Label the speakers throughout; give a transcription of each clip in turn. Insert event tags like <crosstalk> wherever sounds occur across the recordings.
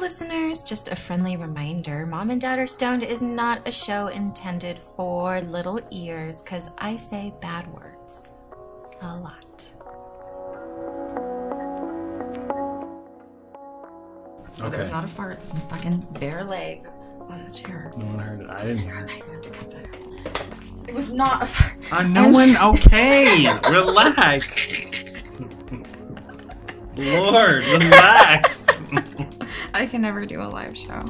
Speaker 1: listeners, just a friendly reminder Mom and Dad Are Stoned is not a show intended for little ears because I say bad words a lot. It's
Speaker 2: Okay.
Speaker 1: not a fart, it's my fucking bare leg on the chair.
Speaker 2: No one heard it. I didn't hear
Speaker 1: God, I have to cut that out. It was not a fart.
Speaker 2: it. Uh,
Speaker 1: <laughs>
Speaker 2: no one. Okay. relax. Lord, relax.
Speaker 1: I can never do a live show.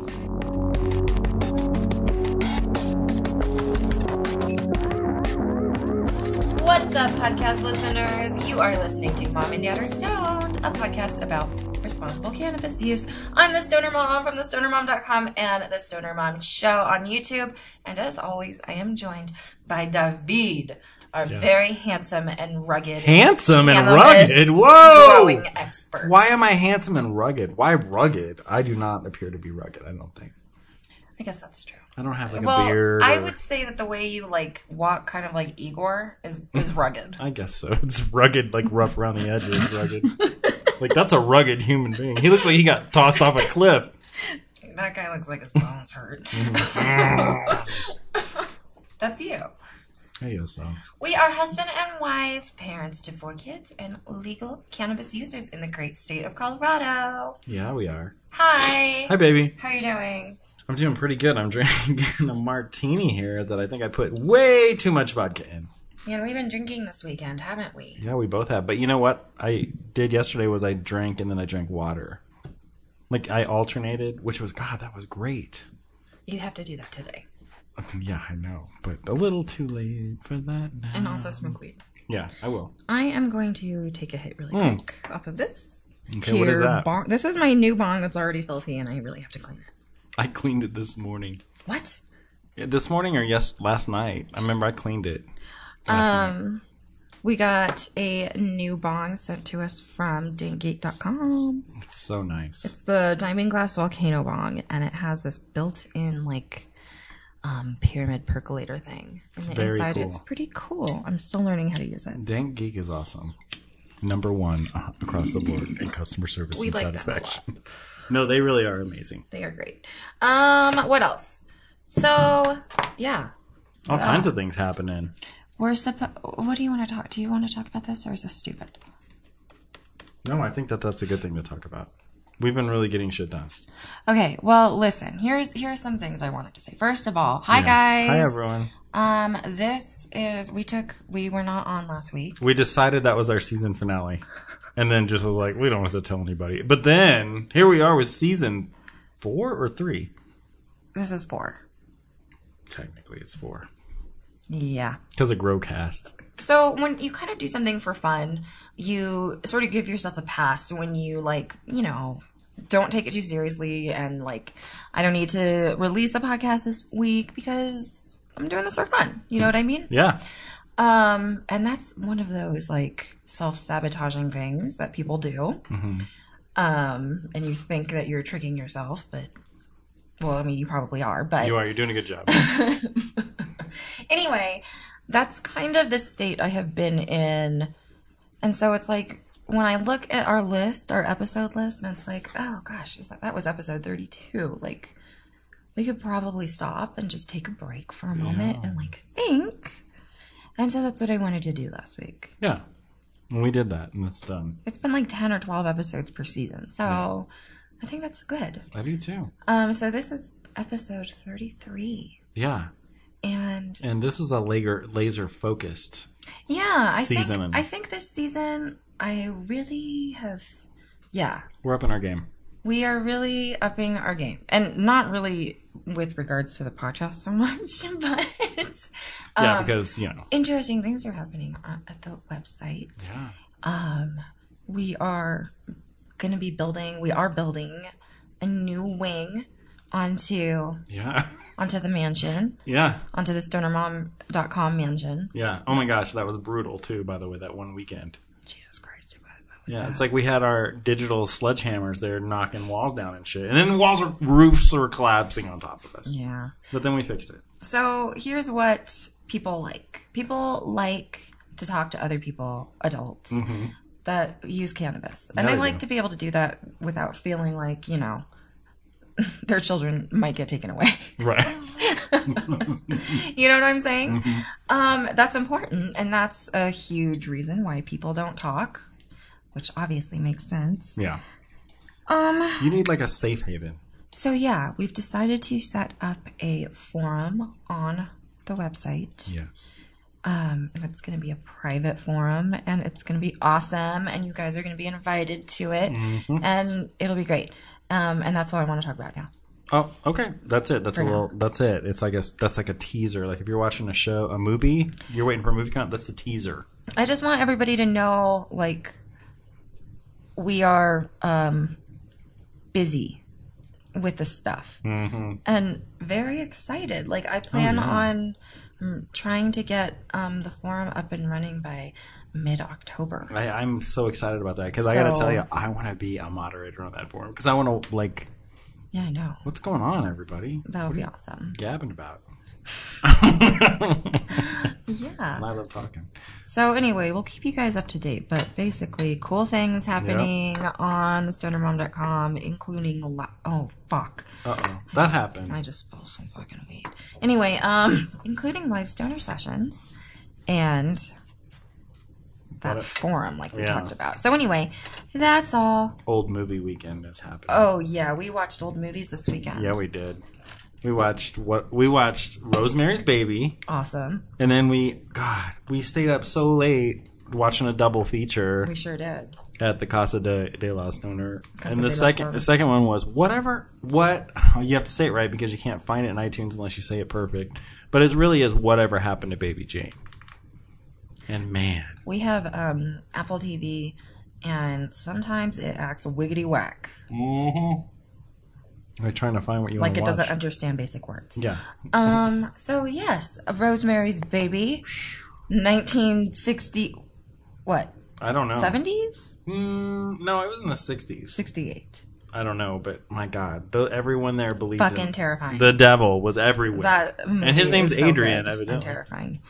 Speaker 1: What's up, podcast listeners? You are listening to Mom and Dad Are Stoned, a podcast about responsible cannabis use. I'm the Stoner Mom from thestonermom.com and the Stoner Mom Show on YouTube. And as always, I am joined by David, our very handsome and rugged,
Speaker 2: handsome and
Speaker 1: Cannabis
Speaker 2: rugged. Whoa.
Speaker 1: growing expert.
Speaker 2: Why am I handsome and rugged? Why rugged? I do not appear to be rugged. I don't think.
Speaker 1: I guess that's true.
Speaker 2: I don't have like
Speaker 1: well,
Speaker 2: a beard.
Speaker 1: I
Speaker 2: or-
Speaker 1: would say that the way you like walk, kind of like Igor, is
Speaker 2: <laughs>
Speaker 1: is rugged.
Speaker 2: I guess so. It's rugged, like rough around the edges. Rugged.
Speaker 1: <laughs>
Speaker 2: like that's a rugged human being. He looks like he got tossed off a cliff.
Speaker 1: that guy looks like his bones hurt.
Speaker 2: Mm-hmm.
Speaker 1: <laughs> That's you.
Speaker 2: Hey, so.
Speaker 1: We are husband and wife, parents to four kids, and legal cannabis users in the great state of Colorado.
Speaker 2: Yeah, we are.
Speaker 1: Hi.
Speaker 2: Hi, baby.
Speaker 1: How are you doing?
Speaker 2: I'm doing pretty good. I'm <laughs> drinking a martini here that I think I put way too much vodka in.
Speaker 1: Man, we've been drinking this weekend, haven't we?
Speaker 2: Yeah, we both have. But you know what I did yesterday was I drank and then I drank water. Like I alternated, which was God, that was great. Um,
Speaker 1: You have to do that today.
Speaker 2: Yeah, I know, but a little too late for that now.
Speaker 1: And also smoke weed.
Speaker 2: Yeah, I will.
Speaker 1: I am going to take a hit really
Speaker 2: Mm.
Speaker 1: quick off of this.
Speaker 2: Okay, what is
Speaker 1: pure
Speaker 2: that?
Speaker 1: Bong. This is my new bong that's already filthy, and I really have to clean it.
Speaker 2: I cleaned it this morning.
Speaker 1: What?
Speaker 2: Yeah, This morning or yes, last night. I remember I cleaned it.
Speaker 1: Um, we got a new bong sent to us from dinggeek.com.
Speaker 2: It's so nice.
Speaker 1: It's the diamond glass volcano bong, and it has this built-in like um, pyramid percolator thing. And the
Speaker 2: very
Speaker 1: inside,
Speaker 2: cool.
Speaker 1: it's pretty cool. I'm still learning how to use it.
Speaker 2: Dank Geek is awesome. Number one uh, across the board in customer service
Speaker 1: We
Speaker 2: and
Speaker 1: like them a
Speaker 2: satisfaction. No, they really are amazing.
Speaker 1: They are great. Um, what else? So, yeah,
Speaker 2: All kinds of things happening.
Speaker 1: we're supposed. What do you want to talk? Do you want to talk about this, or is this stupid?
Speaker 2: No, I think that that's a good thing to talk about. We've been really getting shit done.
Speaker 1: Okay, well, listen. Here's here are some things I wanted to say. First of all, hi guys.
Speaker 2: Hi, everyone.
Speaker 1: Um, this is we took we were not on last week.
Speaker 2: We decided that was our season finale. And then just was like, we don't have to tell anybody. But then here we are with season four or three.
Speaker 1: This is four.
Speaker 2: Technically, it's four
Speaker 1: Yeah.
Speaker 2: because of Growcast.
Speaker 1: So when you kind of do something for fun, you sort of give yourself a pass when you like, you know, don't take it too seriously and like I don't need to release the podcast this week because I'm doing this for fun. You know what I mean?
Speaker 2: Yeah,
Speaker 1: Um, and that's one of those like self sabotaging things that people do.
Speaker 2: Mm-hmm.
Speaker 1: Um, and you think that you're tricking yourself, but well, I mean, you probably are. But
Speaker 2: you are. You're doing a good <laughs> job.
Speaker 1: anyway, that's kind of the state I have been in. And so it's like when I look at our list, our episode list, and it's like, oh gosh, is that, that was episode 32. Like, we could probably stop and just take a break for a moment and like think. And so that's what I wanted to do last week.
Speaker 2: yeah. And we did that, and it's done.
Speaker 1: It's been like 10 or 12 episodes per season. So I think that's good.
Speaker 2: I do too.
Speaker 1: Um, so this is episode 33.
Speaker 2: Yeah.
Speaker 1: And
Speaker 2: And this is a laser, laser focused.
Speaker 1: Yeah, I
Speaker 2: season
Speaker 1: think
Speaker 2: and-
Speaker 1: I think this season I really have yeah.
Speaker 2: We're up in our game.
Speaker 1: We are really upping our game. And not really with regards to the podcast so much, <laughs> but Um,
Speaker 2: Yeah, because, you know.
Speaker 1: interesting things are happening on- at the website.
Speaker 2: Yeah.
Speaker 1: We are going to be building, we are building a new wing onto
Speaker 2: Yeah. <laughs>
Speaker 1: onto the mansion,
Speaker 2: Yeah.
Speaker 1: onto the stonermom.com mansion.
Speaker 2: Yeah. Oh my gosh, that was brutal too, by the way, that one weekend.
Speaker 1: Jesus Christ. what- what was
Speaker 2: Yeah, it's like we had our digital sledgehammers there knocking walls down and shit. And then walls were, roofs were collapsing on top of us.
Speaker 1: that? Yeah.
Speaker 2: But then we fixed it.
Speaker 1: So here's what people like. People like to talk to other people, adults, that use cannabis. And
Speaker 2: Yeah,
Speaker 1: they
Speaker 2: they
Speaker 1: like
Speaker 2: do.
Speaker 1: to be able to do that without feeling like, you know, <laughs> their children might get taken away. <laughs>
Speaker 2: Right.
Speaker 1: you know what I'm saying? Um, that's important, and that's a huge reason why people don't talk, which obviously makes sense.
Speaker 2: <laughs> Yeah.
Speaker 1: Um,
Speaker 2: You need like a safe haven.
Speaker 1: so yeah, we've decided to set up a forum on the website.
Speaker 2: Yes.
Speaker 1: Um, and it's going to be a private forum and it's going to be awesome. And you guys are going to be invited to it and it'll be great. Um, and that's all I want to talk about now.
Speaker 2: Oh, okay. That's it. That's a
Speaker 1: now.
Speaker 2: little. That's it. It's like a. That's like a teaser. Like if you're watching a show, a movie, you're waiting for a movie count. That's the teaser.
Speaker 1: I just want everybody to know like we are um, busy with the stuff and very excited. Like I plan
Speaker 2: yeah.
Speaker 1: on mm, trying to get um, the forum up and running by mid October.
Speaker 2: I, I'm so excited about that because I got to
Speaker 1: So-
Speaker 2: tell you, I want to be a moderator on that forum because I want to like.
Speaker 1: Yeah, I know.
Speaker 2: What's going on, everybody?
Speaker 1: That would be awesome.
Speaker 2: Gabbing about.
Speaker 1: Yeah.
Speaker 2: And I love talking.
Speaker 1: So anyway, we'll keep you guys up to date, but basically cool things happening on thestonermom.com, including li- oh fuck.
Speaker 2: Uh oh, that happened.
Speaker 1: I just spilled some fucking weed. Anyway, um <coughs> including live stoner sessions and that forum like we
Speaker 2: yeah.
Speaker 1: talked about. So anyway, that's all.
Speaker 2: Old movie weekend has happened.
Speaker 1: Oh yeah, we watched old movies this weekend.
Speaker 2: Yeah, we did. We watched what we watched Rosemary's Baby,
Speaker 1: awesome.
Speaker 2: and then we God, we stayed up so late watching a double feature
Speaker 1: We sure did.
Speaker 2: at the Casa de, de la Stoner.
Speaker 1: Casa
Speaker 2: and the
Speaker 1: de la
Speaker 2: second
Speaker 1: Stoner.
Speaker 2: the second one was whatever what oh, you have to say it right because you can't find it in iTunes unless you say it perfect. But it really is whatever happened to Baby Jane. And man,
Speaker 1: We have um Apple TV and sometimes it acts wiggity whack.
Speaker 2: I'm trying to find what you
Speaker 1: Mm-hmm. Like it
Speaker 2: want to watch.
Speaker 1: doesn't understand basic words.
Speaker 2: yeah,
Speaker 1: Um. So yes, Rosemary's Baby, nineteen sixty, what
Speaker 2: I don't know.
Speaker 1: seventies?
Speaker 2: Mm, no, it was in the '60s.
Speaker 1: Sixty-eight.
Speaker 2: I don't know, but my God, the, everyone there believed
Speaker 1: Fucking
Speaker 2: him.
Speaker 1: terrifying.
Speaker 2: The devil was everywhere,
Speaker 1: that movie
Speaker 2: and his name's
Speaker 1: is so
Speaker 2: Adrian.
Speaker 1: good and
Speaker 2: Evidently,
Speaker 1: terrifying.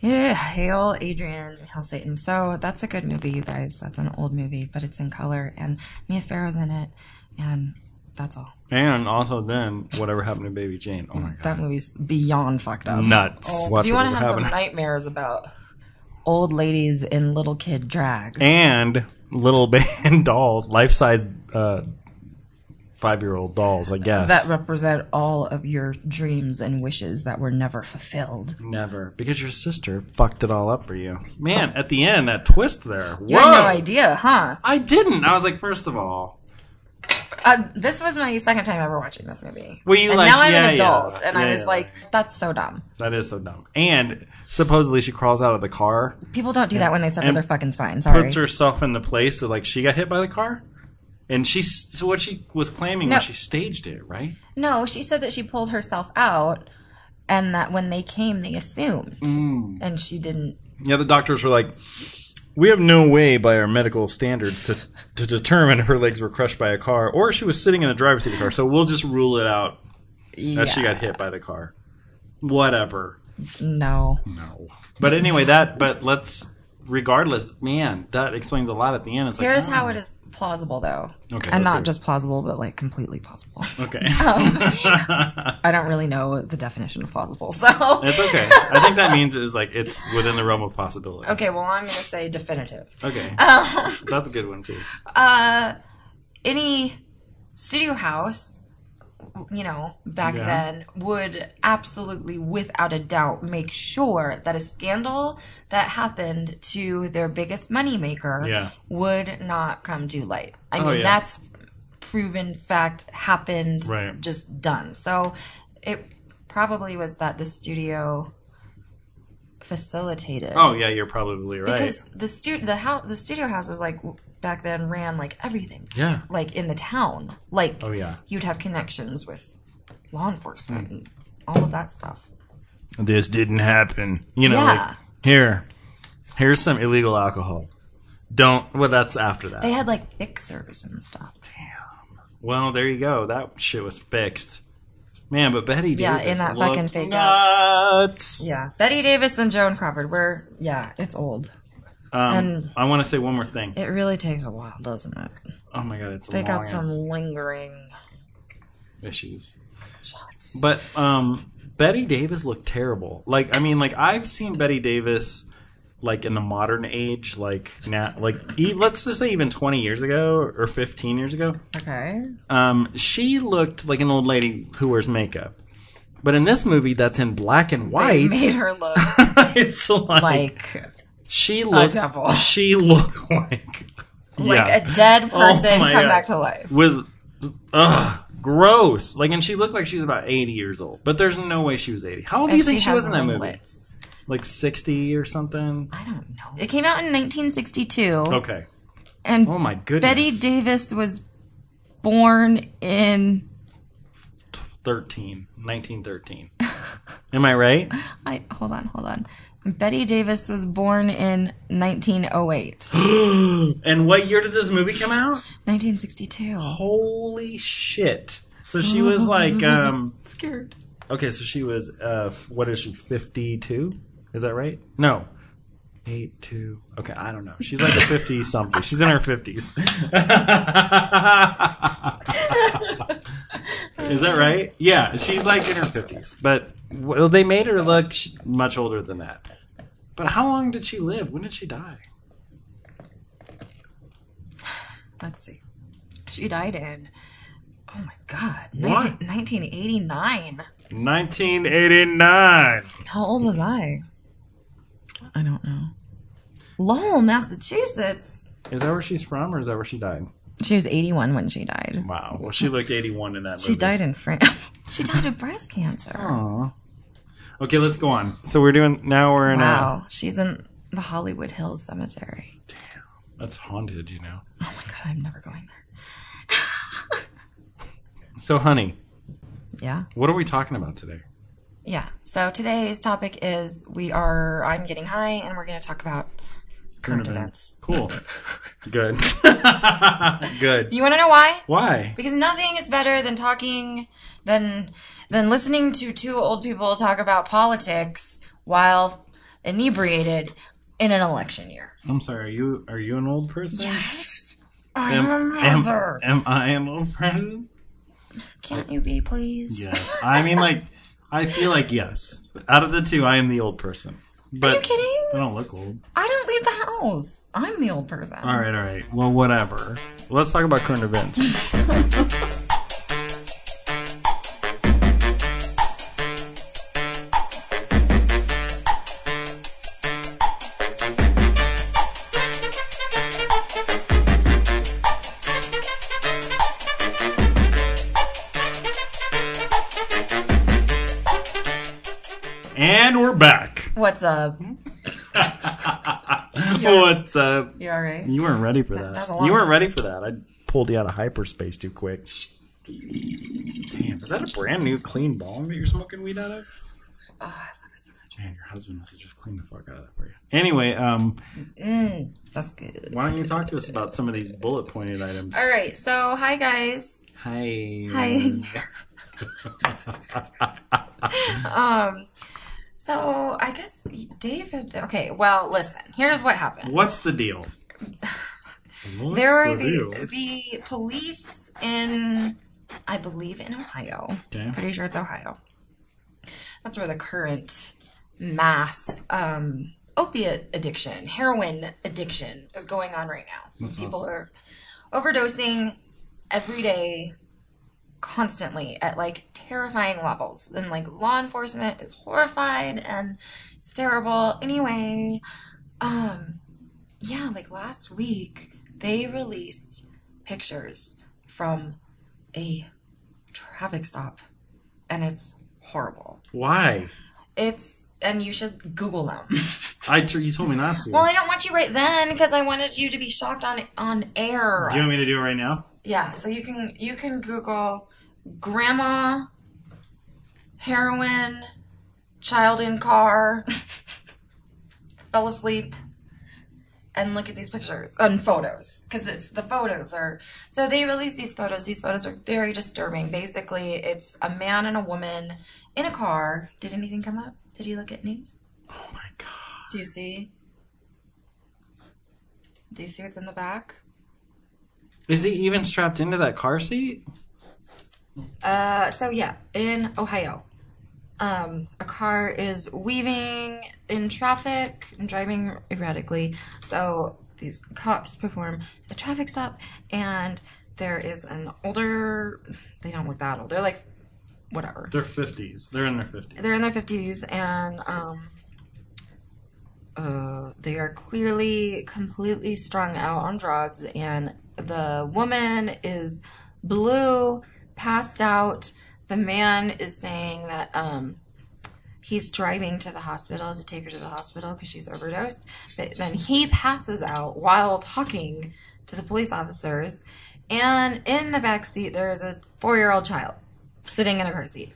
Speaker 1: Yeah, hail Adrian, hail Satan. So that's a good movie, you guys. That's an old movie, but it's in color, and Mia Farrow's in it, and that's all.
Speaker 2: and also then whatever happened to Baby Jane. Oh my God,
Speaker 1: That movie's beyond fucked up. Oh,
Speaker 2: nuts! Watch
Speaker 1: you want to
Speaker 2: whatever
Speaker 1: have some
Speaker 2: happened.
Speaker 1: nightmares about old ladies in little kid drag?
Speaker 2: and little <laughs> band dolls, life-size uh, five-year-old dolls. I guess
Speaker 1: that represent all of your dreams and wishes that were never fulfilled.
Speaker 2: never because your sister fucked it all up for you, man. At the end, that twist there. Whoa!
Speaker 1: You had no idea, huh?
Speaker 2: I didn't. I was like, first of all,
Speaker 1: Uh, this was my second time ever watching this movie.
Speaker 2: Were you
Speaker 1: and
Speaker 2: like,
Speaker 1: now I'm
Speaker 2: yeah,
Speaker 1: an adult,
Speaker 2: yeah,
Speaker 1: and
Speaker 2: yeah,
Speaker 1: I was
Speaker 2: yeah.
Speaker 1: like, that's so dumb.
Speaker 2: that is so dumb. And supposedly she crawls out of the car.
Speaker 1: People don't do that when they suffer
Speaker 2: And
Speaker 1: their fucking spine. Sorry.
Speaker 2: puts herself in the place of like she got hit by the car, and she so what she was claiming
Speaker 1: No.
Speaker 2: was she staged it, right?
Speaker 1: no, she said that she pulled herself out, and that when they came, they assumed,
Speaker 2: Mm.
Speaker 1: and she didn't.
Speaker 2: Yeah, the doctors were like, we have no way by our medical standards to to determine if her legs were crushed by a car or if she was sitting in the driver's seat of the car, so we'll just rule it out
Speaker 1: Yeah.
Speaker 2: that she got hit by the car. Whatever.
Speaker 1: No.
Speaker 2: No. But anyway, that but let's regardless, man, that explains a lot at the end. It's like
Speaker 1: Here's
Speaker 2: oh,
Speaker 1: how it is plausible, though,
Speaker 2: Okay,
Speaker 1: and
Speaker 2: let's
Speaker 1: not
Speaker 2: hear it.
Speaker 1: just plausible, but like completely
Speaker 2: <laughs>
Speaker 1: plausible.
Speaker 2: Okay.
Speaker 1: <laughs> Um. I don't really know the definition of plausible, so
Speaker 2: <laughs> it's okay. I think that means it is like it's within the realm of possibility.
Speaker 1: Okay, well, I'm going to say definitive. <laughs>
Speaker 2: Okay. That's a good one too.
Speaker 1: Uh, any studio house, you know, back
Speaker 2: Yeah.
Speaker 1: then would absolutely, without a doubt, make sure that a scandal that happened to their biggest moneymaker
Speaker 2: Yeah.
Speaker 1: would not come to light. I
Speaker 2: Oh,
Speaker 1: mean,
Speaker 2: yeah.
Speaker 1: that's proven fact happened,
Speaker 2: Right.
Speaker 1: just done. So it probably was that the studio facilitated
Speaker 2: Oh yeah, you're probably right.
Speaker 1: because the stu- the house the studio houses like w- back then ran like everything
Speaker 2: Yeah.
Speaker 1: like in the town like
Speaker 2: Oh, yeah.
Speaker 1: you'd have connections with law enforcement and all of that stuff
Speaker 2: this didn't happen. You know,
Speaker 1: Yeah.
Speaker 2: like here, here's some illegal alcohol. Don't. Well, that's after that.
Speaker 1: they had like fixers and stuff
Speaker 2: Well, there you go. That shit was fixed. Man, but Betty
Speaker 1: Yeah,
Speaker 2: Davis
Speaker 1: in that
Speaker 2: looked
Speaker 1: fucking fake
Speaker 2: nuts.
Speaker 1: yeah betty davis and joan crawford were yeah it's old
Speaker 2: Um,
Speaker 1: And-
Speaker 2: I want to say one more thing.
Speaker 1: it really takes a while doesn't it
Speaker 2: Oh my god, it's
Speaker 1: they
Speaker 2: long
Speaker 1: got
Speaker 2: ass-
Speaker 1: some lingering
Speaker 2: issues.
Speaker 1: Shots.
Speaker 2: But um, Betty Davis looked terrible. Like I mean, like I've seen Betty Davis like in the modern age, like now, like e- let's just say even twenty years ago or fifteen years ago,
Speaker 1: Okay.
Speaker 2: um, she looked like an old lady who wears makeup. But in this movie, that's in black and
Speaker 1: They
Speaker 2: white.
Speaker 1: made her look
Speaker 2: <laughs> it's like,
Speaker 1: like
Speaker 2: she looked.
Speaker 1: devil.
Speaker 2: She looked <laughs> like
Speaker 1: like
Speaker 2: yeah. Oh
Speaker 1: a dead person
Speaker 2: my
Speaker 1: come
Speaker 2: God.
Speaker 1: back to life.
Speaker 2: with ugh, gross. Like, and she looked like she was about eighty years old. But there's no way she was eighty. How old do you
Speaker 1: And
Speaker 2: think she, was
Speaker 1: has
Speaker 2: in that movie?
Speaker 1: ringlets.
Speaker 2: Like sixty or something.
Speaker 1: I don't know. It came out in 1962,
Speaker 2: Okay.
Speaker 1: and
Speaker 2: Oh my goodness.
Speaker 1: Oh. Betty Davis was born in.
Speaker 2: 13, 1913. Am I right? <gasps>
Speaker 1: I hold on, hold on. Betty Davis was born in 1908,
Speaker 2: and what year did this movie come out?
Speaker 1: 1962.
Speaker 2: Holy shit. So she was like, um,
Speaker 1: Scared.
Speaker 2: okay, so she was, uh, f- what is she, 52? Is that right? No. 8, 2. Okay, I don't know. She's like a 50 something. She's in her 50s. is that right? Yeah, she's like in her 50s. But, well, they made her look sh- much older than that. But how long did she live? When did she die?
Speaker 1: Let's see. She died in. Oh my God.
Speaker 2: What?
Speaker 1: 19- 1989.
Speaker 2: 1989.
Speaker 1: How old was I? I don't know. Lowell, Massachusetts.
Speaker 2: Is that where she's from, or is that where she died?
Speaker 1: She was 81 when she died.
Speaker 2: Wow. Well, she looked 81 in that movie.
Speaker 1: She died in France. <laughs> she died of breast cancer.
Speaker 2: Aw. Okay, let's go on. So we're doing now. We're in
Speaker 1: Wow. She's in the Hollywood Hills Cemetery.
Speaker 2: a that's haunted, you know.
Speaker 1: Oh my God, I'm never going there.
Speaker 2: So, honey,
Speaker 1: Yeah.
Speaker 2: what are we talking about today?
Speaker 1: Yeah. So today's topic is we are, I'm getting high, and we're going to talk about current events.
Speaker 2: Cool. <laughs> Good. <laughs> Good.
Speaker 1: You want to know why?
Speaker 2: Why?
Speaker 1: Because nothing is better than talking than than listening to two old people talk about politics while inebriated in an election year.
Speaker 2: I'm sorry. Are you are you an old person?
Speaker 1: I
Speaker 2: Am, am,
Speaker 1: remember.
Speaker 2: am I an old person?
Speaker 1: Can't you be, please?
Speaker 2: Yes. I mean, like, I feel like yes. Out of the two, I am the old person. But
Speaker 1: Are you kidding?
Speaker 2: I don't look old.
Speaker 1: I don't leave the house. I'm the old person.
Speaker 2: All right, all right. Well, whatever. Let's talk about current events. And we're back.
Speaker 1: What's up?
Speaker 2: Mm-hmm. What's up?
Speaker 1: You all right?
Speaker 2: uh, You weren't ready for
Speaker 1: that was
Speaker 2: that.
Speaker 1: a long-
Speaker 2: You weren't ready for that. I pulled you out of hyperspace too quick. Damn, is that a brand new clean bong that you're smoking weed out of?
Speaker 1: Oh, I love it so much.
Speaker 2: Man, your husband must have just cleaned the fuck out of that for you. Anyway, um,
Speaker 1: Mm, that's good.
Speaker 2: Mm-hmm. why don't you talk to us about some of these bullet pointed items?
Speaker 1: All right. So, hi guys.
Speaker 2: Hi.
Speaker 1: Um. So I guess David. Okay. Well, listen. Here's what happened.
Speaker 2: <laughs> What's the deal? What's
Speaker 1: There were
Speaker 2: deal?
Speaker 1: the, the police in, I believe, in Ohio.
Speaker 2: Okay.
Speaker 1: Pretty sure it's Ohio. That's where the current mass um, opiate addiction, heroin addiction is going on right now. People
Speaker 2: awesome.
Speaker 1: are overdosing every day, constantly at like terrifying levels. And like law enforcement is horrified and it's terrible. Anyway, um, yeah, like last week they released pictures from a traffic stop and it's horrible.
Speaker 2: Why?
Speaker 1: It's and you should Google them. <laughs>
Speaker 2: I tr- you told me not to.
Speaker 1: well, I don't want you right then because I wanted you to be shocked on on air.
Speaker 2: do you want me to do it right now?
Speaker 1: Yeah, so you can you can Google grandma heroin child in car <laughs> fell asleep and look at these pictures and photos because it's the photos are so they release these photos these photos are very disturbing basically it's a man and a woman in a car did anything come up did you look at news
Speaker 2: Oh my god.
Speaker 1: do you see do you see what's in the back
Speaker 2: Is he even strapped into that car seat?
Speaker 1: Uh, so yeah, in Ohio, um, a car is weaving in traffic and driving erratically. So these cops perform a traffic stop, and there is an older. They don't look that old. They're like, whatever.
Speaker 2: They're fifties. They're in their fifties.
Speaker 1: They're in their fifties, and um, uh, they are clearly completely strung out on drugs. And the woman is blue, passed out. The man is saying that um, he's driving to the hospital to take her to the hospital because she's overdosed. But then he passes out while talking to the police officers. And in the back seat, there is a four-year-old child sitting in a car seat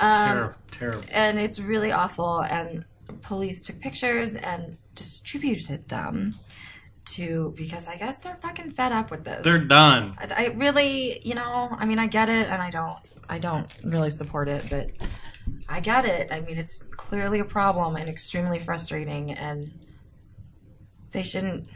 Speaker 1: Um,
Speaker 2: Terrible. terrible.
Speaker 1: and it's really awful. And police took pictures and distributed them to because I guess they're fucking fed up with this.
Speaker 2: They're done.
Speaker 1: I, I really, you know, I mean, I get it, and I don't, I don't really support it, but I get it. I mean, it's clearly a problem and extremely frustrating, and they shouldn't,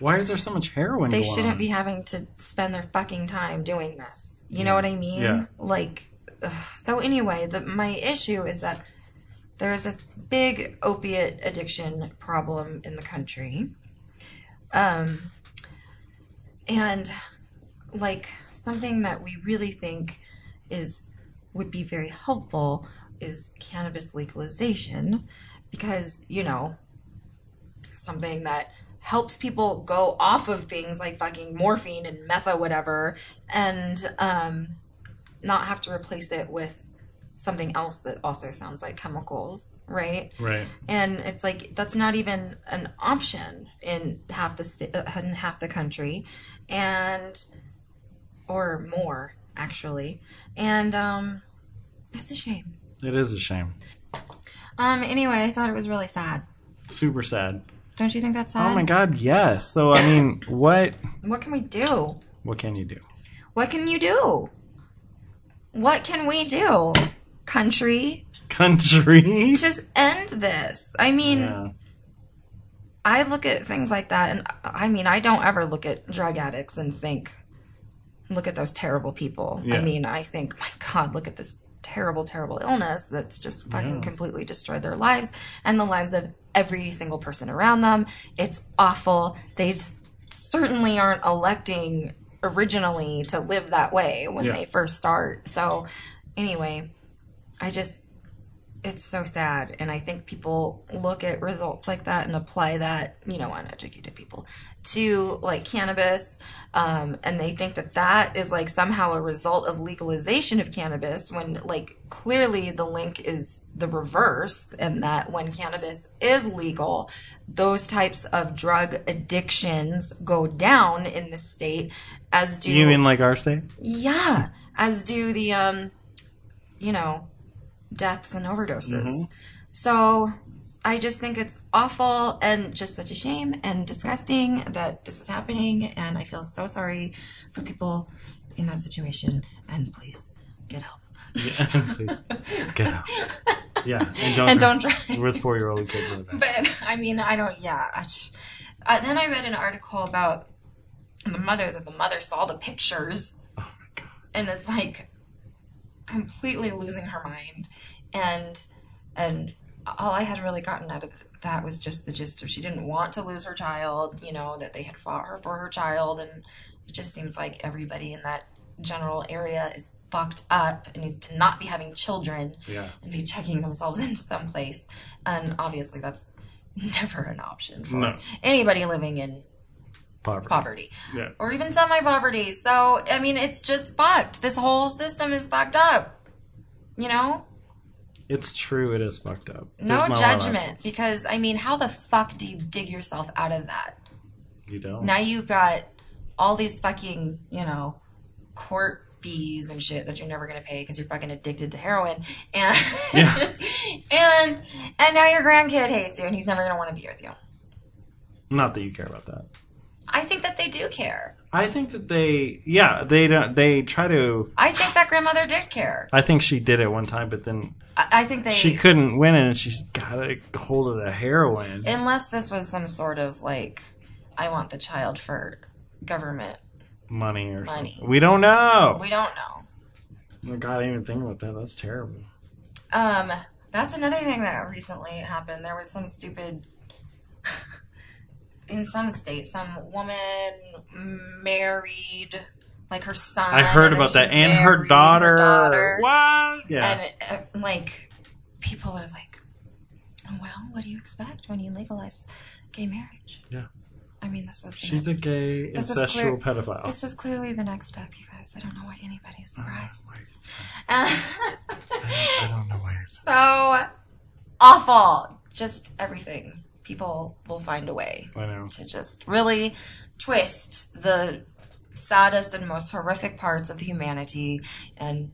Speaker 2: Why is there so much heroin?
Speaker 1: they
Speaker 2: going
Speaker 1: shouldn't
Speaker 2: on?
Speaker 1: be having to spend their fucking time doing this. You know what I mean?
Speaker 2: Yeah.
Speaker 1: Like, ugh. so anyway, the, my issue is that there is this big opiate addiction problem in the country. Um, and like something that we really think is would be very helpful is cannabis legalization because you know something that helps people go off of things like fucking morphine and metha whatever and um, not have to replace it with something else that also sounds like chemicals right
Speaker 2: Right.
Speaker 1: and it's like that's not even an option in half the sta- uh, in half the country and or more actually and um that's a shame
Speaker 2: It is a shame.
Speaker 1: um anyway i thought it was really sad
Speaker 2: Super sad.
Speaker 1: don't you think that's sad
Speaker 2: Oh my god, yes. So I mean, what
Speaker 1: what can we do
Speaker 2: what can you do?
Speaker 1: what can you do what can we do country
Speaker 2: Country.
Speaker 1: just end this i mean
Speaker 2: Yeah.
Speaker 1: I look at things like that, and I mean, I don't ever look at drug addicts and think, look at those terrible people. I
Speaker 2: Yeah.
Speaker 1: mean, I think, my God, look at this terrible, terrible illness that's just fucking completely destroyed their lives and the lives of every single person around them. It's awful. They s- certainly aren't electing originally to live that way when
Speaker 2: Yeah.
Speaker 1: they first start. So, anyway, I just it's so sad and i think people look at results like that and apply that you know uneducated people to like cannabis um, and they think that that is like somehow a result of legalization of cannabis when like clearly the link is the reverse and that when cannabis is legal those types of drug addictions go down in the state as do
Speaker 2: You mean like our state?
Speaker 1: yeah, as do the um, you know, deaths and overdoses. So I just think it's awful and just such a shame and disgusting that this is happening. And I feel so sorry for people in that situation. And please get help
Speaker 2: <laughs>
Speaker 1: <laughs>
Speaker 2: Yeah. Please. Get out. Yeah. And don't,
Speaker 1: and don't drive.
Speaker 2: with four year old kids like
Speaker 1: <laughs>
Speaker 2: that.
Speaker 1: but I mean, I don't. Yeah. I j- uh, then I read an article about the mother that the mother saw the pictures and is like completely losing her mind, and and all I had really gotten out of that was just the gist of she didn't want to lose her child. You know that they had fought her for her child, and it just seems like everybody in that general area is fucked up and needs to not be having children
Speaker 2: Yeah.
Speaker 1: and be checking themselves <laughs> into some place. And obviously, that's never an option for
Speaker 2: No.
Speaker 1: anybody living in
Speaker 2: Poverty.
Speaker 1: poverty
Speaker 2: Yeah.
Speaker 1: or even semi poverty. So, I mean, it's just fucked. This whole system is fucked up. You know?
Speaker 2: It's true, it is fucked up.
Speaker 1: No
Speaker 2: There's not a lot of
Speaker 1: judgment.
Speaker 2: options.
Speaker 1: Because, I mean, how the fuck do you dig yourself out of that?
Speaker 2: You don't.
Speaker 1: Now you got all these fucking, you know, court fees and shit that you're never gonna pay because you're fucking addicted to heroin, and
Speaker 2: <laughs> Yeah.
Speaker 1: <laughs> and and now your grandkid hates you and he's never gonna want to be with you.
Speaker 2: Not that you care about that.
Speaker 1: I think that they do care.
Speaker 2: I think that they yeah, they don't they try to
Speaker 1: I think that grandmother did care.
Speaker 2: I think she did it one time but then
Speaker 1: I, I think they
Speaker 2: she couldn't win it and she's got a hold of the heroin.
Speaker 1: unless this was some sort of like, I want the child for government.
Speaker 2: money or
Speaker 1: Money.
Speaker 2: something. We don't know. Oh
Speaker 1: We don't know.
Speaker 2: God, I didn't even think about that. That's terrible.
Speaker 1: Um, that's another thing that recently happened. There was some stupid <laughs> in some state, some woman married like her son.
Speaker 2: I heard about
Speaker 1: then
Speaker 2: that.
Speaker 1: she
Speaker 2: And her
Speaker 1: married
Speaker 2: daughter.
Speaker 1: daughter.
Speaker 2: What? Yeah.
Speaker 1: And uh, like people are like, well, what do you expect when you legalize gay marriage?
Speaker 2: Yeah.
Speaker 1: I mean, this was the
Speaker 2: She's a
Speaker 1: next-
Speaker 2: gay
Speaker 1: this is
Speaker 2: incestual
Speaker 1: clear-
Speaker 2: pedophile.
Speaker 1: this was clearly the next step, you guys. I don't know why anybody's surprised.
Speaker 2: <laughs> I don't know why.
Speaker 1: so awful. Just everything. People will find a way
Speaker 2: I know.
Speaker 1: to just really twist the saddest and most horrific parts of humanity and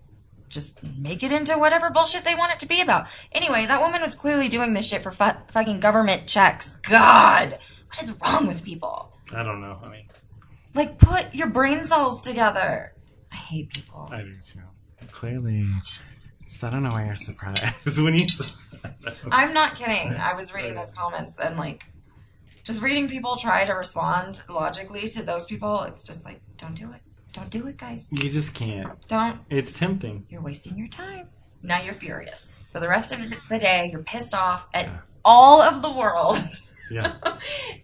Speaker 1: just make it into whatever bullshit they want it to be about. Anyway, that woman was clearly doing this shit for fu- fucking government checks. God, what is wrong with people?
Speaker 2: I don't know. I mean,
Speaker 1: Like, put your brain cells together. I hate people.
Speaker 2: I do too. Clearly. So I don't know why you're surprised <laughs> when you saw that.
Speaker 1: I'm not kidding. I was reading those comments and like just reading people try to respond logically to those people. It's just like, don't do it. Don't do it, guys.
Speaker 2: You just can't.
Speaker 1: Don't.
Speaker 2: It's tempting.
Speaker 1: You're wasting your time. Now you're furious. For the rest of the day, you're pissed off at all of the world. <laughs>
Speaker 2: Yeah.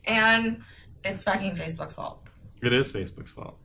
Speaker 1: and it's fucking Facebook's fault.
Speaker 2: It is Facebook's fault.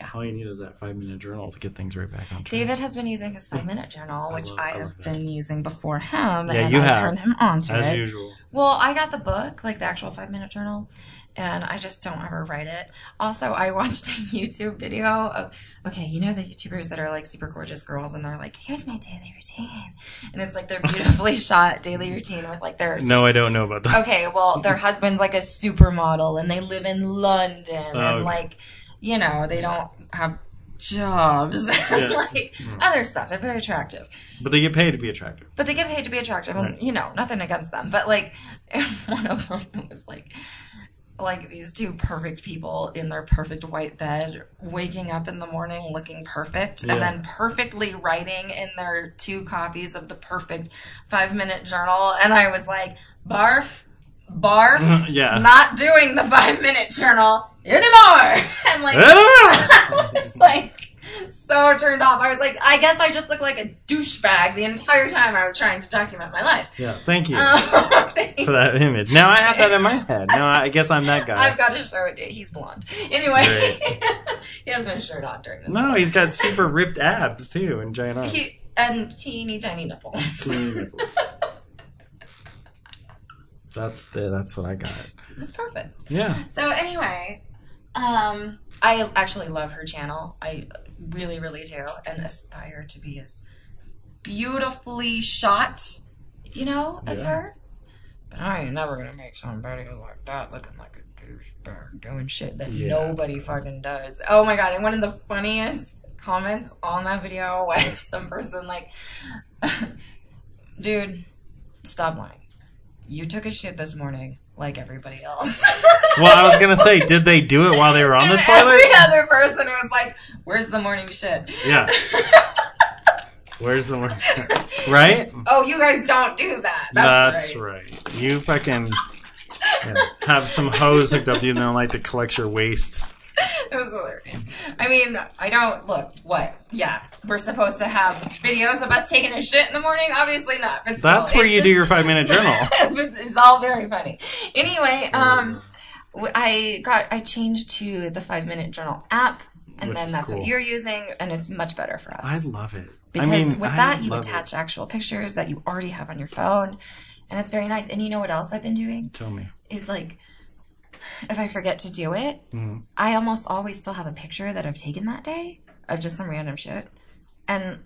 Speaker 1: Yeah.
Speaker 2: All you need is that five minute journal to get things right back on track.
Speaker 1: David has been using his five minute journal, which
Speaker 2: love-
Speaker 1: I,
Speaker 2: I love
Speaker 1: have
Speaker 2: that.
Speaker 1: been using before him.
Speaker 2: Yeah,
Speaker 1: and
Speaker 2: you
Speaker 1: I
Speaker 2: have.
Speaker 1: turned him on to
Speaker 2: As
Speaker 1: it.
Speaker 2: usual.
Speaker 1: Well, I got the book, like the actual five minute journal, and I just don't ever write it. Also, I <laughs> watched a YouTube video of, okay, you know the YouTubers that are like super gorgeous girls and they're like, here's my daily routine. And it's like
Speaker 2: <laughs>
Speaker 1: their beautifully shot daily routine with like their.
Speaker 2: No, I don't know about that.
Speaker 1: Okay, well, their husband's like a supermodel and they live in London
Speaker 2: Oh, okay.
Speaker 1: and like, you know, they don't have jobs <laughs> and
Speaker 2: Yeah. Mm.
Speaker 1: like other stuff. They're very attractive
Speaker 2: But they get paid to
Speaker 1: <laughs>
Speaker 2: be attractive.
Speaker 1: but they get paid to be attractive and you know nothing against them but like <laughs> one of them was like like these two perfect people in their perfect white bed waking up in the morning looking perfect
Speaker 2: Yeah.
Speaker 1: and then perfectly writing in their two copies of the perfect five minute journal and i was like barf barf
Speaker 2: <laughs> Yeah.
Speaker 1: not doing the five minute journal anymore <laughs> and like <laughs>
Speaker 2: Ah!
Speaker 1: I was like so turned off. I was like, I guess I just look like a douchebag the entire time I was trying to document my life.
Speaker 2: yeah, thank you
Speaker 1: Um, <laughs> thank-
Speaker 2: <laughs> for that image. Now I have that in my head. Now I guess I'm that guy.
Speaker 1: I've got to show it. to you. He's blonde. Anyway, <laughs> he has no shirt on during this.
Speaker 2: No, he's got super ripped abs too and giant arms.
Speaker 1: He, and teeny tiny nipples.
Speaker 2: Teeny nipples. that's the, that's what I got.
Speaker 1: <laughs> it's perfect.
Speaker 2: Yeah.
Speaker 1: <laughs> So anyway, um, I actually love her channel. I really, really do, and aspire to be as beautifully shot, you know, as
Speaker 2: Yeah.
Speaker 1: her. But I ain't never gonna make somebody like that looking like a douchebag doing shit that
Speaker 2: Yeah.
Speaker 1: nobody fucking does. Oh my god! And one of the funniest comments on that video was <laughs> some person like, "Dude, stop lying. You took a shit this morning." Like everybody else.
Speaker 2: <laughs> Well, I was gonna say, did they do it while they were on the
Speaker 1: And
Speaker 2: toilet?
Speaker 1: <laughs> Every other person was like, "Where's the morning shit?" <laughs>
Speaker 2: Yeah. Where's the word? Right?
Speaker 1: Oh, you guys don't do that. That's,
Speaker 2: That's
Speaker 1: right.
Speaker 2: right. You fucking yeah, have some hose hooked up to you and then like to collect your waste.
Speaker 1: It was hilarious. I mean, I don't look. What? Yeah, we're supposed to have videos of us taking a shit in the morning. Obviously not. But still,
Speaker 2: That's where
Speaker 1: it's
Speaker 2: you do
Speaker 1: just-
Speaker 2: your five
Speaker 1: <laughs>
Speaker 2: minute journal.
Speaker 1: it's, it's all very funny. Anyway,
Speaker 2: Oh,
Speaker 1: um, w- I got I changed to the five minute journal app, and
Speaker 2: Which
Speaker 1: then
Speaker 2: is
Speaker 1: that's
Speaker 2: cool.
Speaker 1: what you're using, and it's much better for us.
Speaker 2: I love it.
Speaker 1: because
Speaker 2: I mean,
Speaker 1: with
Speaker 2: I
Speaker 1: that you
Speaker 2: love
Speaker 1: attach actual pictures that you already have on your phone and it's very nice and you know what else i've been doing
Speaker 2: It. Tell me.
Speaker 1: is like if i forget to do it i almost always still have a picture that i've taken that day of just some random shit and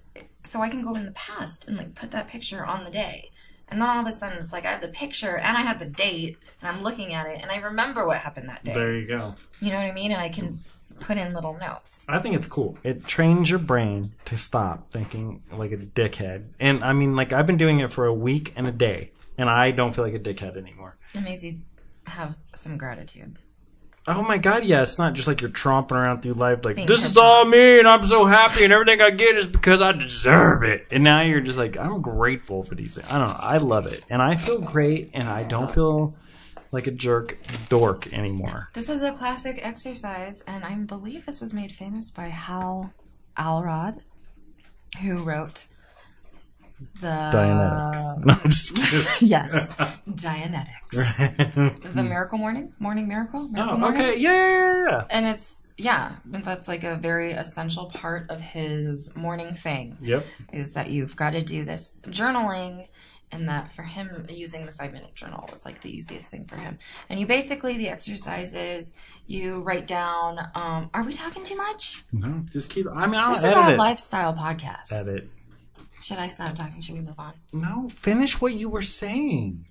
Speaker 1: so i can go in the past and like put that picture on the day and then all of a sudden it's like i have the picture and i have the date and i'm looking at it and i remember what happened that day
Speaker 2: There you go.
Speaker 1: you know what i mean and i can put in little notes
Speaker 2: I think it's cool. It trains your brain to stop thinking like a dickhead. And I mean, like I've been doing it for a week and a day, and I don't feel like a dickhead anymore.
Speaker 1: it makes you have some gratitude
Speaker 2: Oh my god, yeah, it's not just like you're tromping around through life like
Speaker 1: Being
Speaker 2: this is
Speaker 1: pissed off.
Speaker 2: all me and I'm so happy and everything I get is because I deserve it. And now you're just like I'm grateful for these things. I don't know. I love it. And I feel great and I don't feel like a jerk dork anymore.
Speaker 1: This is a classic exercise, and I believe this was made famous by Hal Alrod. who wrote the Uh.
Speaker 2: Dianetics. <laughs> No, I'm
Speaker 1: <laughs>
Speaker 2: just kidding. <laughs>
Speaker 1: Yes, Dianetics. The Miracle Morning, Morning Miracle. Miracle
Speaker 2: Oh,
Speaker 1: Morning.
Speaker 2: okay, yeah.
Speaker 1: And it's yeah, but that's like a very essential part of his morning thing
Speaker 2: Yep.
Speaker 1: is that you've got to do this journaling and that for him using the five minute journal was like the easiest thing for him and you basically the exercise is you write down um, are we talking too much
Speaker 2: No, just keep. I mean, I'll
Speaker 1: this is
Speaker 2: Oh, edit
Speaker 1: our
Speaker 2: it.
Speaker 1: lifestyle podcast
Speaker 2: Edit.
Speaker 1: should i stop talking should we move on
Speaker 2: No, finish what you were saying.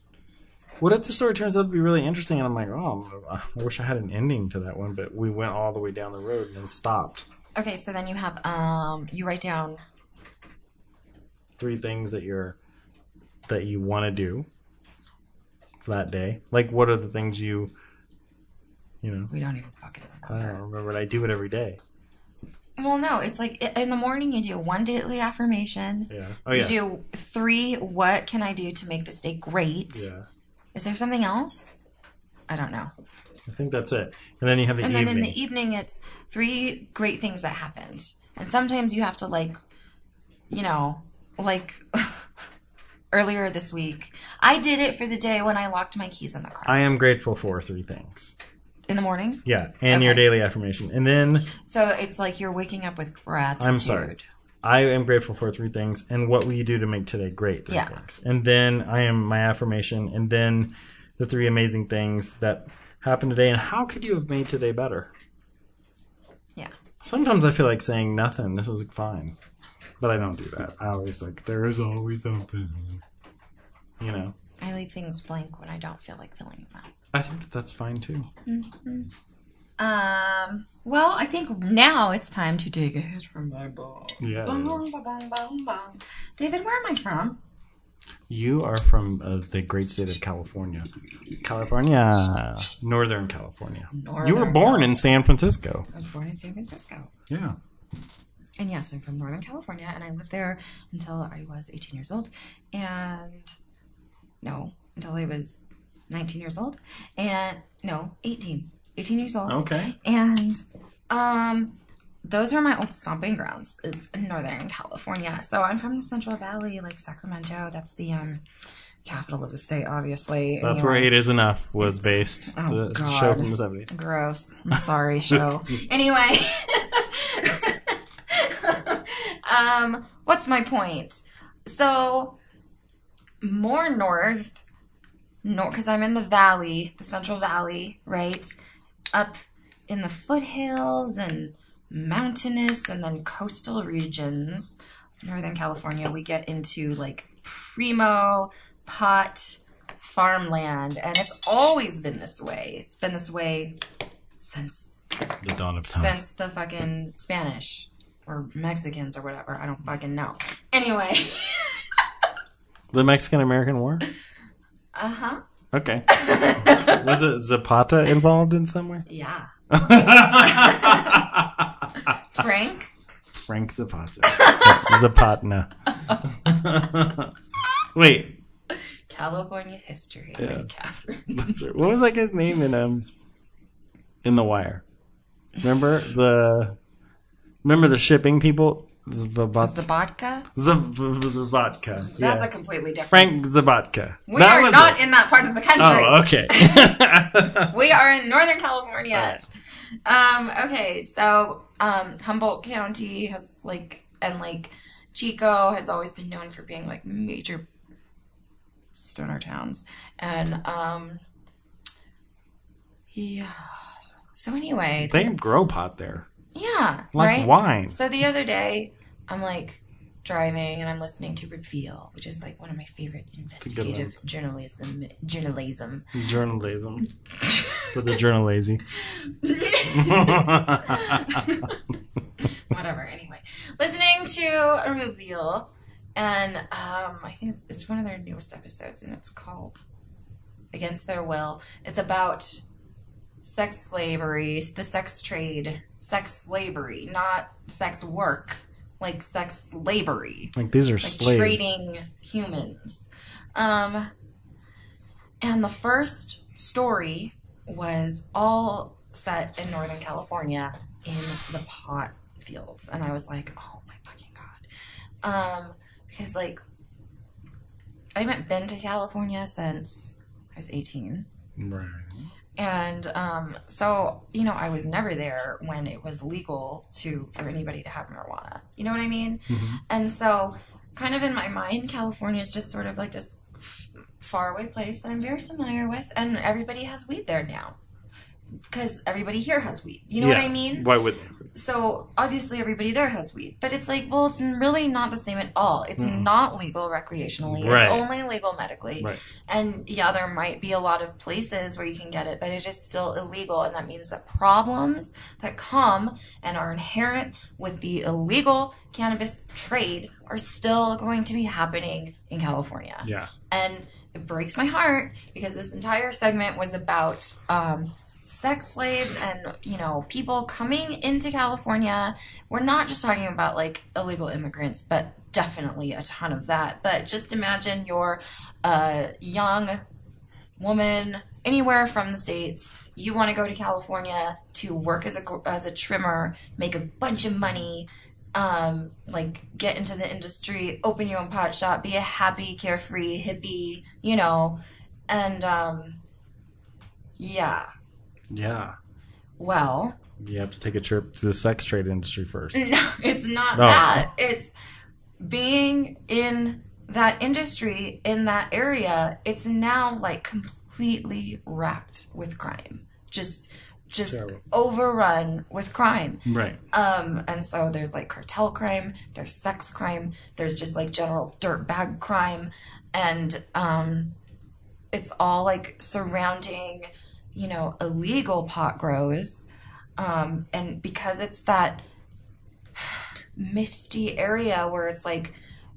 Speaker 2: What if the story turns out to be really interesting and I'm like, oh, I wish I had an ending to that one, but we went all the way down the road and then stopped.
Speaker 1: okay so then you have um, you write down
Speaker 2: Three things that you're that you want to do for that day. Like, what are the things you, you know?
Speaker 1: we don't even fucking
Speaker 2: I
Speaker 1: remember
Speaker 2: don't remember. but I do it every day.
Speaker 1: well no it's like i- in the morning you do one daily affirmation
Speaker 2: Yeah. Oh yeah.
Speaker 1: you do three what can i do to make this day great
Speaker 2: Yeah.
Speaker 1: is there something else i don't know
Speaker 2: I think that's it. And then you have the
Speaker 1: and then
Speaker 2: evening.
Speaker 1: in the e- evening it's three great things that happened and sometimes you have to like you know like <laughs> earlier this week i did it for the day when i locked my keys in the car
Speaker 2: I am grateful for three things.
Speaker 1: in the morning
Speaker 2: Yeah, and your
Speaker 1: Okay.
Speaker 2: daily affirmation. And then
Speaker 1: so it's like you're waking up with gratitude
Speaker 2: I'm sorry. I am grateful for three things, and what will you do to make today great? Three
Speaker 1: Yeah.
Speaker 2: things, and then I am my affirmation, and then the three amazing things that happened today, and how could you have made today better?
Speaker 1: yeah
Speaker 2: Sometimes I feel like saying nothing. This was fine, but I don't do that. I always like there is always something, you know.
Speaker 1: i leave things blank when i don't feel like filling them out
Speaker 2: I think that that's fine too.
Speaker 1: um well i think now it's time to take a hit from my ball
Speaker 2: Yeah.
Speaker 1: Bong, bong, bong, bong. david where am i from
Speaker 2: You are from uh, the great state of California. California. Northern California. you were
Speaker 1: Northern
Speaker 2: born in San Francisco.
Speaker 1: i was born in san francisco
Speaker 2: Yeah.
Speaker 1: And yes, I'm from Northern California, and I lived there until I was 18 years old, and no, until I was 19 years old, and no, 18, 18 years old.
Speaker 2: Okay.
Speaker 1: And um, those are my old stomping grounds is in Northern California. So I'm from the Central Valley, like Sacramento. That's the um capital of the state, obviously.
Speaker 2: That's
Speaker 1: Anyway.
Speaker 2: where It Is Enough was based.
Speaker 1: Oh,
Speaker 2: the
Speaker 1: God.
Speaker 2: show from the 70s.
Speaker 1: Gross. I'm sorry, show. anyway. um, what's my point? So, more north, north, because I'm in the valley, the Central Valley, right? Up in the foothills and mountainous and then coastal regions of Northern California, we get into like primo pot farmland, and it's always been this way. It's been this way since
Speaker 2: The dawn of time.
Speaker 1: since the fucking Spanish or Mexicans or whatever. I don't fucking know.
Speaker 2: <laughs>
Speaker 1: Anyway,
Speaker 2: The Mexican American War?
Speaker 1: uh huh. <laughs>
Speaker 2: Okay. was it Zapata involved in some way? <laughs>
Speaker 1: Yeah. Frank.
Speaker 2: Frank <laughs> Zapata. Zapatna. <laughs> Wait.
Speaker 1: California history
Speaker 2: Yeah.
Speaker 1: with Catherine.
Speaker 2: <laughs> That's right. What was that guy's name in um in the wire? Remember the remember the shipping people Zabat
Speaker 1: Zabotka?
Speaker 2: Zab- Zabatka.
Speaker 1: That's
Speaker 2: Yeah.
Speaker 1: a completely different.
Speaker 2: Frank Zabatka.
Speaker 1: we are not in that part of the country.
Speaker 2: Oh, okay.
Speaker 1: We are in Northern California. Um, okay, so um, Humboldt County has like, and like Chico has always been known for being like major stoner towns. And um, yeah. So anyway,
Speaker 2: <laughs> they grow pot there.
Speaker 1: yeah,
Speaker 2: Like
Speaker 1: right?
Speaker 2: wine.
Speaker 1: So the other day, I'm like driving and I'm listening to Reveal, which is like one of my favorite
Speaker 2: good one.
Speaker 1: investigative journalism
Speaker 2: <laughs>
Speaker 1: journalism <laughs>
Speaker 2: Journalism. For the <laughs> journalazy.
Speaker 1: whatever. Anyway, listening to a reveal, and um, I think it's one of their newest episodes, and it's called "Against Their Will." It's about sex slavery, the sex trade, sex slavery, not sex work, like sex slavery
Speaker 2: like these are
Speaker 1: like
Speaker 2: slaves.
Speaker 1: trading humans. Um, and the first story was all set in Northern California in the pot fields, and I was like, oh my fucking god. Um, because like I haven't been to California since I was 18.
Speaker 2: Right.
Speaker 1: And um, so, you know, I was never there when it was legal to for anybody to have marijuana. You know what I mean? And so, kind of in my mind, California is just sort of like this f- faraway place that I'm very familiar with, and everybody has weed there now because everybody here has weed. You know what I mean?
Speaker 2: Why would
Speaker 1: So obviously everybody there has weed, but it's like, well, it's really not the same at all. It's not legal recreationally.
Speaker 2: Mm-hmm.
Speaker 1: It's
Speaker 2: Right.
Speaker 1: only legal medically.
Speaker 2: Right.
Speaker 1: And yeah, there might be a lot of places where you can get it, but it is still illegal. And that means that problems that come and are inherent with the illegal cannabis trade are still going to be happening in California.
Speaker 2: Yeah.
Speaker 1: And it breaks my heart because this entire segment was about um, sex slaves and, you know, people coming into California. We're not just talking about like illegal immigrants, but definitely a ton of that. But just imagine you're a young woman anywhere from the states you want to go to california to work as a gr- as a trimmer make a bunch of money um like get into the industry open your own pot shop be a happy carefree hippie you know and um yeah
Speaker 2: Yeah.
Speaker 1: well <laughs>
Speaker 2: You have to take a trip to the sex trade industry first.
Speaker 1: No, it's not
Speaker 2: No.
Speaker 1: that. It's being in that industry, in that area, it's now like completely racked with crime. Just just
Speaker 2: Terrible.
Speaker 1: overrun with crime.
Speaker 2: Right.
Speaker 1: Um, and so there's like cartel crime, there's sex crime, there's just like general dirtbag crime, and um, it's all like surrounding, you know, illegal pot grows. Um, and because it's that misty area where it's like,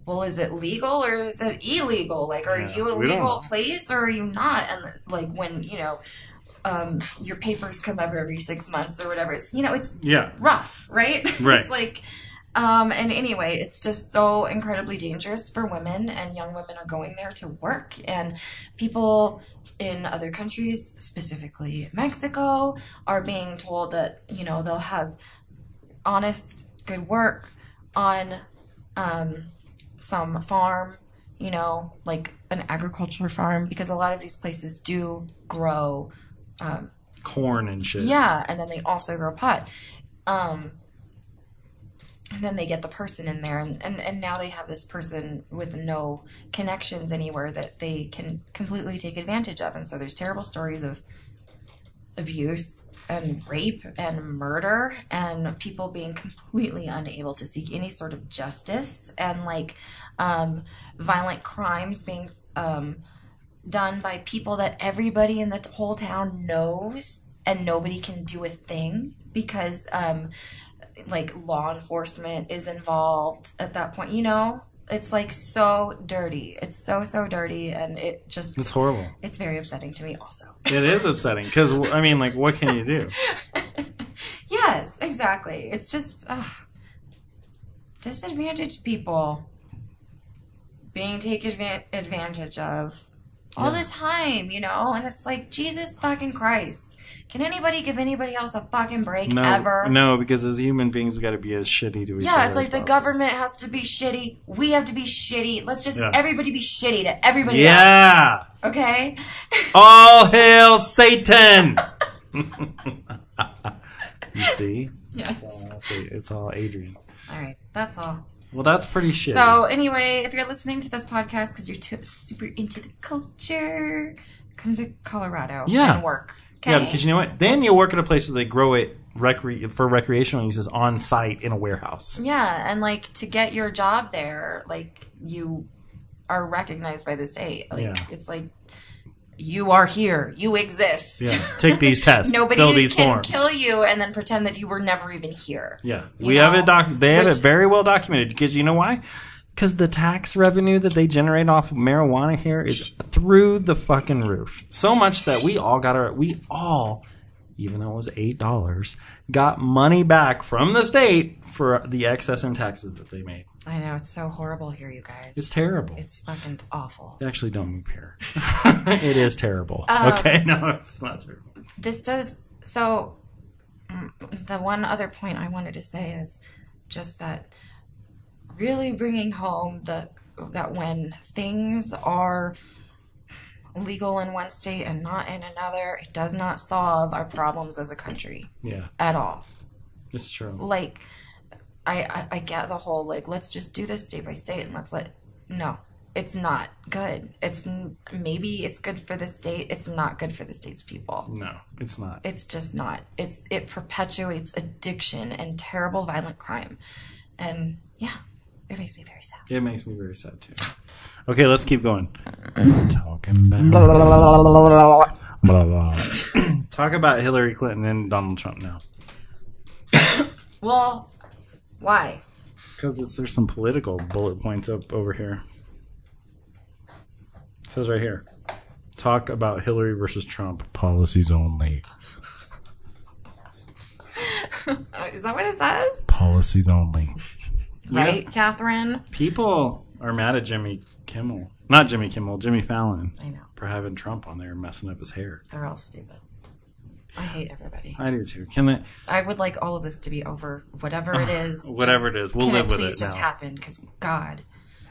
Speaker 1: well, is it legal or is it illegal? Like, are
Speaker 2: Yeah,
Speaker 1: you a
Speaker 2: we don't know.
Speaker 1: legal place or are you not? And like when you know, um, your papers come up every six months or whatever. It's you know, it's
Speaker 2: Yeah.
Speaker 1: rough, right? <laughs>
Speaker 2: Right.
Speaker 1: it's like, um, and anyway, it's just so incredibly dangerous for women, and young women are going there to work. And people in other countries, specifically Mexico, are being told that, you know, they'll have honest, good work on um, some farm, you know, like an agriculture farm, because a lot of these places do grow
Speaker 2: Corn and shit.
Speaker 1: yeah, and then they also grow pot. Um, and then they get the person in there, and, and, and now they have this person with no connections anywhere that they can completely take advantage of. And so there's terrible stories of abuse and rape and murder and people being completely unable to seek any sort of justice and like um, violent crimes being um, done by people that everybody in the t- whole town knows and nobody can do a thing because um like law enforcement is involved at that point you know it's like so dirty it's so so dirty and it just
Speaker 2: It's horrible.
Speaker 1: it's very upsetting to me also
Speaker 2: It is upsetting because I mean, like, what can you do?
Speaker 1: <laughs> yes exactly it's just ugh, disadvantaged people being taken advan- advantage of all the time you know and it's like jesus fucking christ can anybody give anybody else a fucking break
Speaker 2: No,
Speaker 1: <laughs> ever
Speaker 2: no, because as human beings, we got to be as shitty to each other.
Speaker 1: yeah, it's
Speaker 2: as
Speaker 1: like the
Speaker 2: possible.
Speaker 1: government has to be shitty. We have to be shitty. Let's just
Speaker 2: Yeah.
Speaker 1: everybody be shitty to everybody else.
Speaker 2: Yeah. Oh.
Speaker 1: Okay? <laughs>
Speaker 2: All hail Satan. <laughs> you see?
Speaker 1: yes.
Speaker 2: Well, see, It's all Adrian.
Speaker 1: All right. That's all.
Speaker 2: Well, that's pretty shitty.
Speaker 1: So anyway, if you're listening to this podcast because you're too, super into the culture, come to Colorado
Speaker 2: Yeah.
Speaker 1: and work. Okay?
Speaker 2: yeah, because you know what? Then you work at a place where they grow it recre- for recreational uses on site in a warehouse.
Speaker 1: Yeah, and like to get your job there, like you are recognized by the state. Like
Speaker 2: Yeah.
Speaker 1: it's like you are here, you exist.
Speaker 2: Yeah.
Speaker 1: <laughs>
Speaker 2: Take these tests.
Speaker 1: Nobody
Speaker 2: fill these
Speaker 1: can
Speaker 2: forms.
Speaker 1: kill you and then pretend that you were never even here.
Speaker 2: Yeah,
Speaker 1: You
Speaker 2: we have
Speaker 1: know,
Speaker 2: it. Doc- they have
Speaker 1: which-
Speaker 2: it very well documented because you know why? Because the tax revenue that they generate off of marijuana here is through the fucking roof. So much that we all got our we all, even though it was eight dollars, got money back from the state for the excess in taxes that they made.
Speaker 1: I know it's so horrible here, you guys.
Speaker 2: It's terrible.
Speaker 1: it's fucking awful.
Speaker 2: Actually, don't move here. <laughs> it is terrible.
Speaker 1: Um,
Speaker 2: okay, <laughs> no, it's not terrible.
Speaker 1: this does so mm, the one other point i wanted to say is just that really bringing home the that when things are legal in one state and not in another, it does not solve our problems as a country
Speaker 2: Yeah,
Speaker 1: at all.
Speaker 2: it's true.
Speaker 1: Like, I I, I get the whole like let's just do this state by state and let's let no. It's not good. It's n- maybe it's good for the state. It's not good for the state's people
Speaker 2: No, it's not.
Speaker 1: it's just not it's it perpetuates addiction and terrible violent crime and yeah it makes me very sad
Speaker 2: It makes me very sad too. Okay, let's keep going. Talking about Blah, blah. <coughs> talk about Hillary Clinton and Donald Trump now,
Speaker 1: well why
Speaker 2: because there's some political bullet points up over here. It says right here, talk about Hillary versus Trump policies only.
Speaker 1: Uh, is that what it says
Speaker 2: Policies only.
Speaker 1: right catherine
Speaker 2: People are mad at Jimmy Kimmel, not Jimmy Kimmel, Jimmy Fallon,
Speaker 1: i know
Speaker 2: for having Trump on there and messing up his hair.
Speaker 1: they're all stupid i hate everybody
Speaker 2: I do too. Can it?
Speaker 1: i would like all of this to be over whatever it is
Speaker 2: Uh, Whatever it is, we'll
Speaker 1: can
Speaker 2: live with
Speaker 1: please
Speaker 2: it
Speaker 1: just
Speaker 2: now.
Speaker 1: happen because god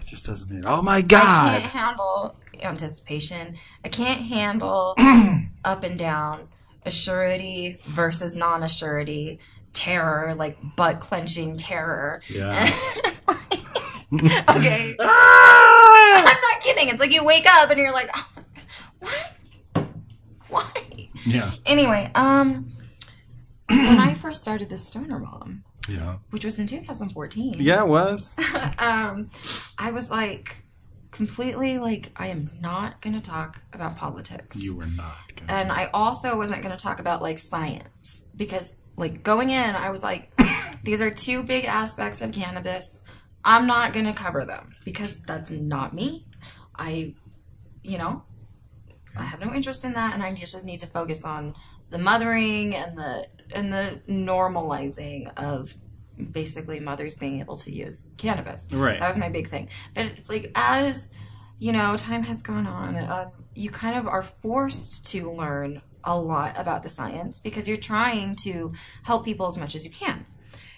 Speaker 2: It just doesn't mean. Oh my
Speaker 1: I
Speaker 2: God!
Speaker 1: can't handle anticipation. I can't handle up and down, assurity versus non assurity, terror, like butt clenching terror. <laughs>
Speaker 2: Yeah.
Speaker 1: Okay.
Speaker 2: Ah!
Speaker 1: I'm not kidding. It's like you wake up and you're like, what? Why?
Speaker 2: yeah.
Speaker 1: Anyway, um, when I first started the Stoner Mom,
Speaker 2: Yeah.
Speaker 1: which was in 2014,
Speaker 2: Yeah, it was.
Speaker 1: um, I was like, completely like, I am not going to talk about politics.
Speaker 2: You were not.
Speaker 1: <laughs>
Speaker 2: Gonna.
Speaker 1: and I also wasn't going to talk about like science because like going in, I was like, <coughs> these are two big aspects of cannabis. I'm not going to cover them because that's not me. I, you know, I have no interest in that, and I just need to focus on the mothering and the and the normalizing of basically mothers being able to use cannabis.
Speaker 2: Right.
Speaker 1: That was my big thing. But it's like as you know, time has gone on. Uh, you kind of are forced to learn a lot about the science because you're trying to help people as much as you can.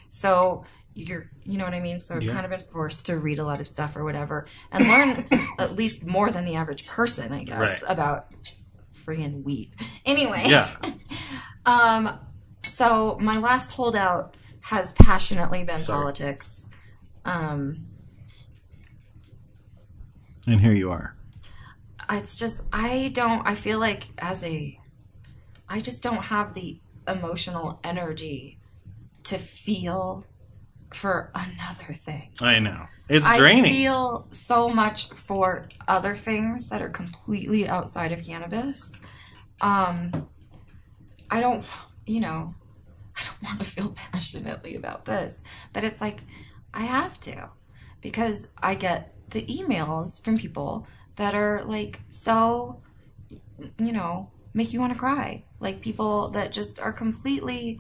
Speaker 1: So you're, you know what I mean? So I've
Speaker 2: Yeah.
Speaker 1: kind of been forced to read a lot of stuff or whatever and
Speaker 2: <coughs>
Speaker 1: learn at least more than the average person, I guess,
Speaker 2: Right.
Speaker 1: about friggin' weed. Anyway.
Speaker 2: yeah.
Speaker 1: Um, so my last holdout has passionately been
Speaker 2: Sorry.
Speaker 1: politics. Um,
Speaker 2: And here you are.
Speaker 1: it's just I don't I feel like as a I just don't have the emotional energy to feel for another thing.
Speaker 2: I know. It's
Speaker 1: I
Speaker 2: draining.
Speaker 1: feel so much for other things that are completely outside of cannabis. Um I don't you know, <laughs> I don't want to feel passionately about this, but it's like I have to because I get the emails from people that are like so you know, make you want to cry. Like people that just are completely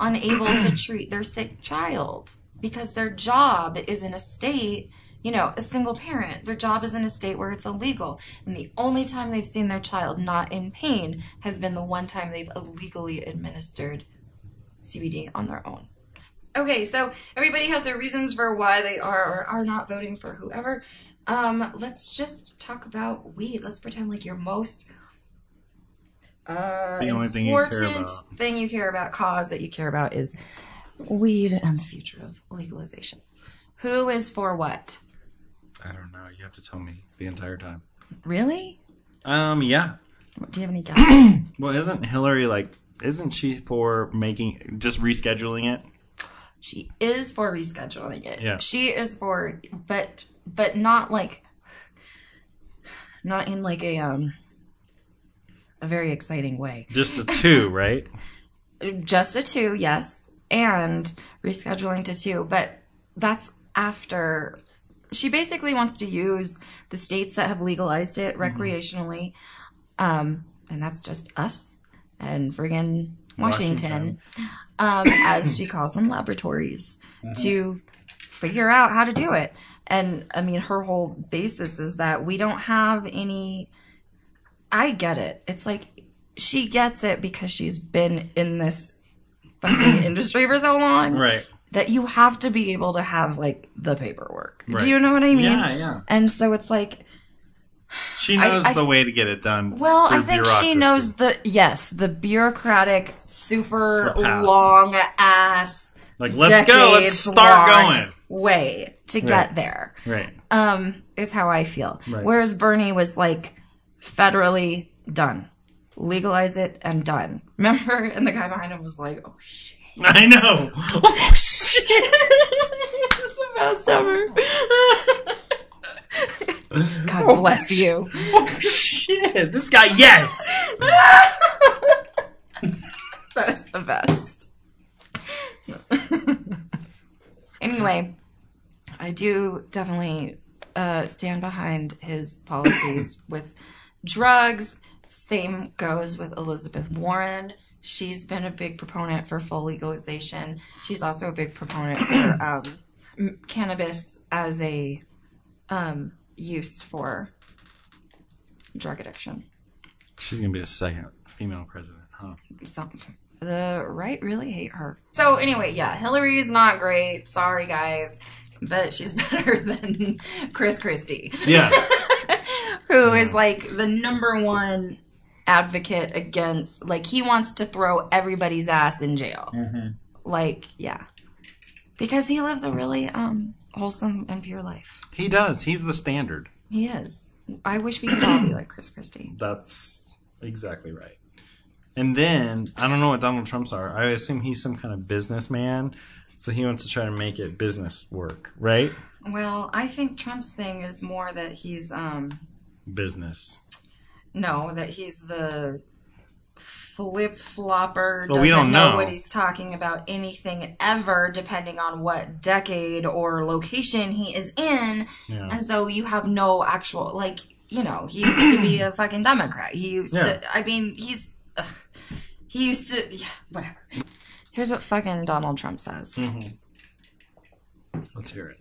Speaker 1: unable to treat their sick child because their job is in a state, you know, a single parent, their job is in a state where it's illegal. And the only time they've seen their child not in pain has been the one time they've illegally administered CBD on their own. Okay, so everybody has their reasons for why they are or are not voting for whoever. Um, let's just talk about weed. Let's pretend like your most uh,
Speaker 2: The only thing you care
Speaker 1: important
Speaker 2: about.
Speaker 1: thing you care about, cause that you care about, is weed and the future of legalization. Who is for what?
Speaker 2: I don't know. You have to tell me the entire time.
Speaker 1: Really?
Speaker 2: Um. Yeah.
Speaker 1: Do you have any guesses?
Speaker 2: Well, isn't Hillary like? Isn't she for making just rescheduling it?
Speaker 1: she is for rescheduling it.
Speaker 2: Yeah.
Speaker 1: She is for, but but not like, not in like a um, a very exciting way.
Speaker 2: Just the
Speaker 1: <laughs>
Speaker 2: two, right?
Speaker 1: just a two, yes, and rescheduling to two, but that's after. She basically wants to use the states that have legalized it recreationally, um, and that's just us and friggin' Washington, Um, as she calls them, laboratories to figure out how to do it. And I mean, her whole basis is that we don't have any I get it. It's like <clears throat> she gets it because she's been in this fucking industry for so long.
Speaker 2: Right.
Speaker 1: that you have to be able to have like the paperwork.
Speaker 2: Right.
Speaker 1: Do you know what I mean?
Speaker 2: Yeah, yeah.
Speaker 1: And so it's like,
Speaker 2: She
Speaker 1: I-
Speaker 2: knows
Speaker 1: I-
Speaker 2: the way to get it done.
Speaker 1: well, I
Speaker 2: through
Speaker 1: think she
Speaker 2: bureaucracy.
Speaker 1: knows the yes, the bureaucratic, super
Speaker 2: The path.
Speaker 1: long ass.
Speaker 2: Like, let's go, let's start
Speaker 1: decades-long
Speaker 2: going.
Speaker 1: Way to get there.
Speaker 2: Right. <laughs>
Speaker 1: um, is how I feel.
Speaker 2: Right.
Speaker 1: Whereas Bernie was like, federally done, legalize it and done. Remember? <laughs> And the guy behind him was like, oh shit. <laughs>
Speaker 2: I know. <laughs>
Speaker 1: Oh shit! it's the best ever. <laughs> God bless you.
Speaker 2: oh, shit. This guy, yes.
Speaker 1: <laughs> That was the best. <laughs> anyway, I do definitely uh, stand behind his policies with drugs. Same goes with Elizabeth Warren. She's been a big proponent for full legalization. She's also a big proponent for um, m- cannabis as a um, use for drug addiction.
Speaker 2: She's going to be the second female president, huh?
Speaker 1: some the right really hate her. So anyway, yeah, Hillary's not great. Sorry guys, but she's <laughs> better than Chris Christie,
Speaker 2: Yeah. <laughs>
Speaker 1: who is like the number one advocate against like he wants to throw everybody's ass in jail. Like, yeah. Because he lives a really um wholesome and pure life.
Speaker 2: He does. He's the standard.
Speaker 1: He is. I wish we could all be like Chris Christie.
Speaker 2: That's exactly right. And then I don't know what Donald Trump's are. I assume he's some kind of businessman, so he wants to try to make it business work, right?
Speaker 1: Well, I think Trump's thing is more that he's um
Speaker 2: Business.
Speaker 1: No, that he's the flip flopper.
Speaker 2: Well, we don't
Speaker 1: doesn't know.
Speaker 2: know.
Speaker 1: what he's talking about anything ever, depending on what decade or location he is in.
Speaker 2: Yeah.
Speaker 1: And so you have no actual like you know he used to be
Speaker 2: <clears throat>
Speaker 1: a fucking Democrat. He used
Speaker 2: Yeah.
Speaker 1: to. I mean, he's ugh, he used to. Yeah, whatever. Here's what fucking Donald Trump says.
Speaker 2: Mm-hmm. Let's hear it.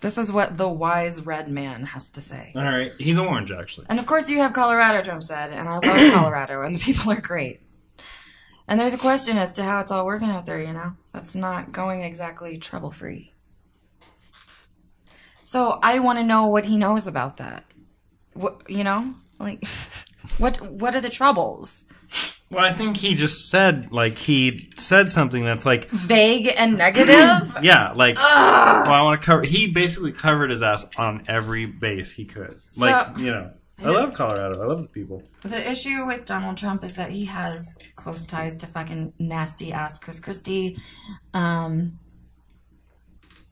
Speaker 1: This is what the wise red man has to say.
Speaker 2: All right. He's orange, actually.
Speaker 1: And of course, you have Colorado, Trump said, and I love Colorado, and the people are great. And there's a question as to how it's all working out there, you know? That's not going exactly trouble free. So I want to know what he knows about that. What, you know? Like, <laughs> what, what are the troubles?
Speaker 2: Well, I think he just said like he said something that's like,
Speaker 1: Vague and negative?
Speaker 2: <coughs> yeah, like. Well, I want to cover. He basically covered his ass on every base he could. Like you know, I love Colorado. I love the people.
Speaker 1: The issue with Donald Trump is that he has close ties to fucking nasty ass Chris Christie. Um,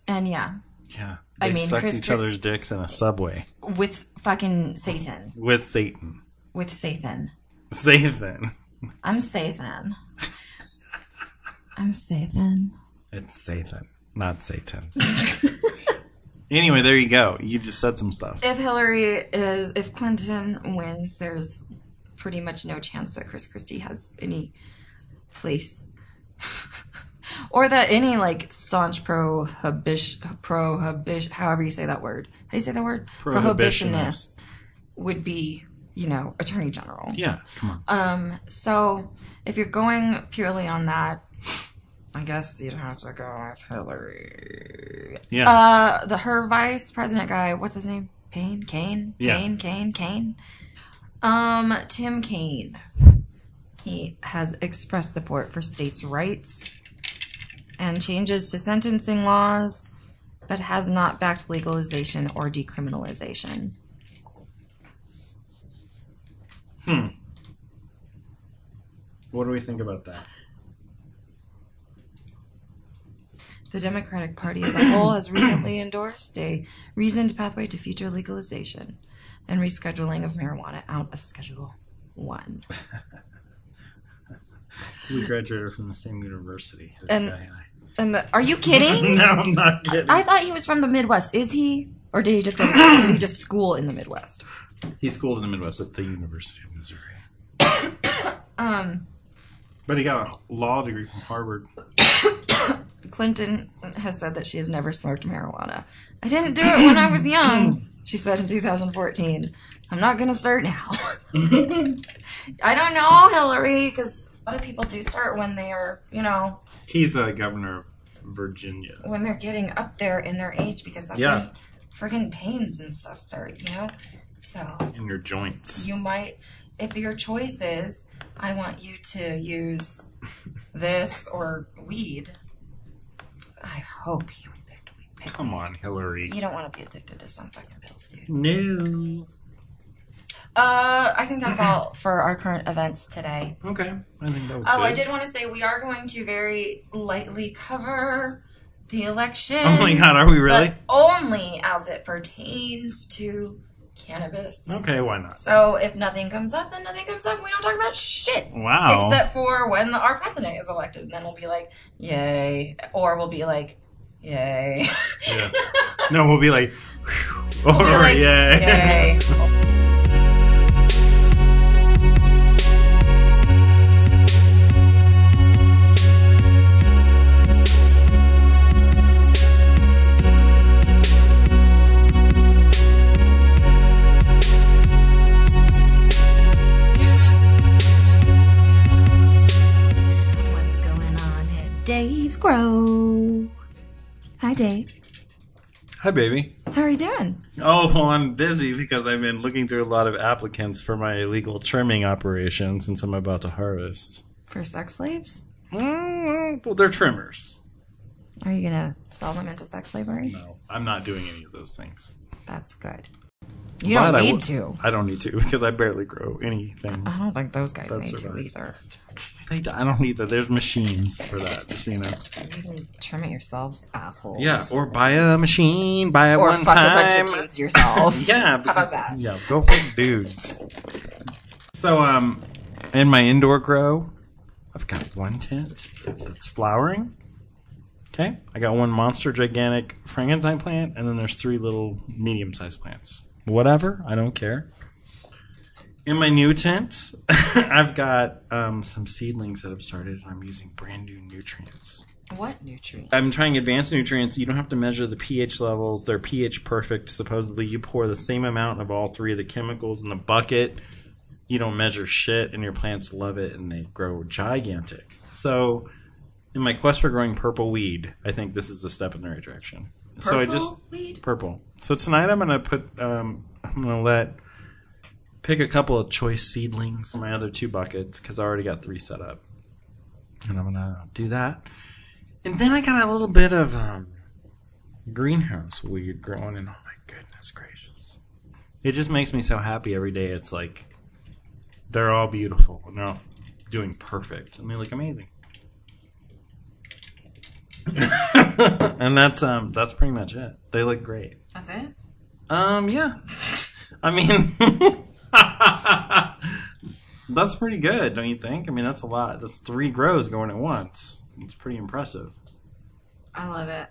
Speaker 1: and yeah,
Speaker 2: Yeah. They
Speaker 1: I mean,
Speaker 2: sucked
Speaker 1: Chris
Speaker 2: each
Speaker 1: Cr-
Speaker 2: other's dicks in a subway
Speaker 1: with fucking Satan.
Speaker 2: with Satan.
Speaker 1: With Satan.
Speaker 2: Satan.
Speaker 1: I'm Satan. I'm Satan.
Speaker 2: It's Satan,
Speaker 1: <laughs>
Speaker 2: not Satan. anyway, there you go. You just said some stuff.
Speaker 1: If Hillary is, if Clinton wins, there's pretty much no chance that Chris Christie has any place. <laughs> or that any, like, staunch prohibition, prohibition, however you say that word. How do you say that word?
Speaker 2: Prohibitionist.
Speaker 1: would be, you know, attorney general.
Speaker 2: Yeah, come on.
Speaker 1: Um, so if you're going purely on that, I guess you'd have to go with Hillary.
Speaker 2: Yeah,
Speaker 1: Uh, the her vice president guy, what's his name? Payne, Kane,
Speaker 2: Yeah.
Speaker 1: Kane, Kane, Kane. Um, Tim Kaine. He has expressed support for states' rights and changes to sentencing laws, but has not backed legalization or decriminalization.
Speaker 2: what do we think about that?
Speaker 1: The Democratic Party as a whole has recently endorsed a reasoned pathway to future legalization and rescheduling of marijuana out of Schedule 1.
Speaker 2: We graduated from the same university. this
Speaker 1: And-
Speaker 2: guy and I.
Speaker 1: And the, are you kidding?
Speaker 2: <laughs> no, I'm not kidding.
Speaker 1: I thought he was from the Midwest. Is he? Or did he just go to, did he just school in the Midwest?
Speaker 2: he schooled in the Midwest at the University of Missouri.
Speaker 1: <coughs> Um,
Speaker 2: but he got a law degree from Harvard.
Speaker 1: Clinton has said that she has never smoked marijuana. I didn't do it when I was young, she said in 2014. I'm not going to start now. I don't know, Hillary, because a lot of people do start when they are, you know,
Speaker 2: He's a governor of Virginia.
Speaker 1: when they're getting up there in their age because that's
Speaker 2: Yeah.
Speaker 1: when friggin' pains and stuff start, you know? So
Speaker 2: In your joints.
Speaker 1: you might, if your choice is, I want you to use this or weed, I hope you would pick weed. Pick
Speaker 2: Come on, Hillary.
Speaker 1: You don't want to be addicted to some fucking pills, dude.
Speaker 2: No.
Speaker 1: Uh, I think that's
Speaker 2: <laughs>
Speaker 1: all for our current events today.
Speaker 2: Okay. I think that was
Speaker 1: Oh,
Speaker 2: good.
Speaker 1: I did want to say we are going to very lightly cover the election.
Speaker 2: Oh my god, are we really?
Speaker 1: But only as it pertains to cannabis.
Speaker 2: okay, why not?
Speaker 1: So if nothing comes up, then nothing comes up. We don't talk about shit.
Speaker 2: Wow.
Speaker 1: Except for when the, our president is elected. And then we'll be like, yay. Or we'll be like, yay.
Speaker 2: Yeah. no, we'll be like, whew,
Speaker 1: <laughs> We'll be
Speaker 2: or
Speaker 1: like,
Speaker 2: yay. <laughs>
Speaker 1: yay. What's going on at Dave's Grow? Hi, Dave.
Speaker 2: Hi, baby.
Speaker 1: How are you doing?
Speaker 2: Oh, well, I'm busy because I've been looking through a lot of applicants for my illegal trimming operation since I'm about to harvest.
Speaker 1: For sex slaves?
Speaker 2: Mm, Well, they're trimmers.
Speaker 1: Are you gonna sell them into sex slavery?
Speaker 2: No, I'm not doing any of those things.
Speaker 1: That's good. You
Speaker 2: But
Speaker 1: don't
Speaker 2: I
Speaker 1: need
Speaker 2: w-
Speaker 1: to.
Speaker 2: I don't need to <laughs> because I barely grow anything.
Speaker 1: I don't think those guys
Speaker 2: That's
Speaker 1: need to
Speaker 2: alright.
Speaker 1: either.
Speaker 2: I don't need that. There's machines for that, just so you know.
Speaker 1: You can trim it yourselves, assholes.
Speaker 2: Yeah, or buy a machine, buy it
Speaker 1: Or
Speaker 2: one
Speaker 1: fuck
Speaker 2: time.
Speaker 1: a bunch of dudes yourself.
Speaker 2: <laughs> Yeah, because,
Speaker 1: about that?
Speaker 2: Yeah, go for dudes. So, um, in my indoor grow, I've got one tent that's flowering. Okay, I got one monster gigantic Frankenstein plant, and then there's three little medium sized plants. Whatever, I don't care. In my new tent, <laughs> I've got um, some seedlings that have started, and I'm using brand new nutrients.
Speaker 1: What nutrient?
Speaker 2: I'm trying advanced nutrients. You don't have to measure the pH levels. They're pH perfect. Supposedly, you pour the same amount of all three of the chemicals in the bucket. You don't measure shit, and your plants love it and they grow gigantic. So, in my quest for growing purple weed, I think this is a step in the right direction. so, I just
Speaker 1: Purple weed?
Speaker 2: purple. So tonight I'm gonna put um, I'm gonna let pick a couple of choice seedlings in my other two buckets because I already got three set up, and I'm gonna do that. And then I got a little bit of um, greenhouse weed growing, and oh my goodness gracious, it just makes me so happy every day. It's like they're all beautiful and they're all doing perfect, and they look amazing. <laughs> and that's um that's pretty much it. They look great.
Speaker 1: That's it.
Speaker 2: Um, yeah. <laughs> I mean, <laughs> that's pretty good, don't you think? I mean, that's a lot. That's three grows going at once. It's pretty impressive.
Speaker 1: I love it.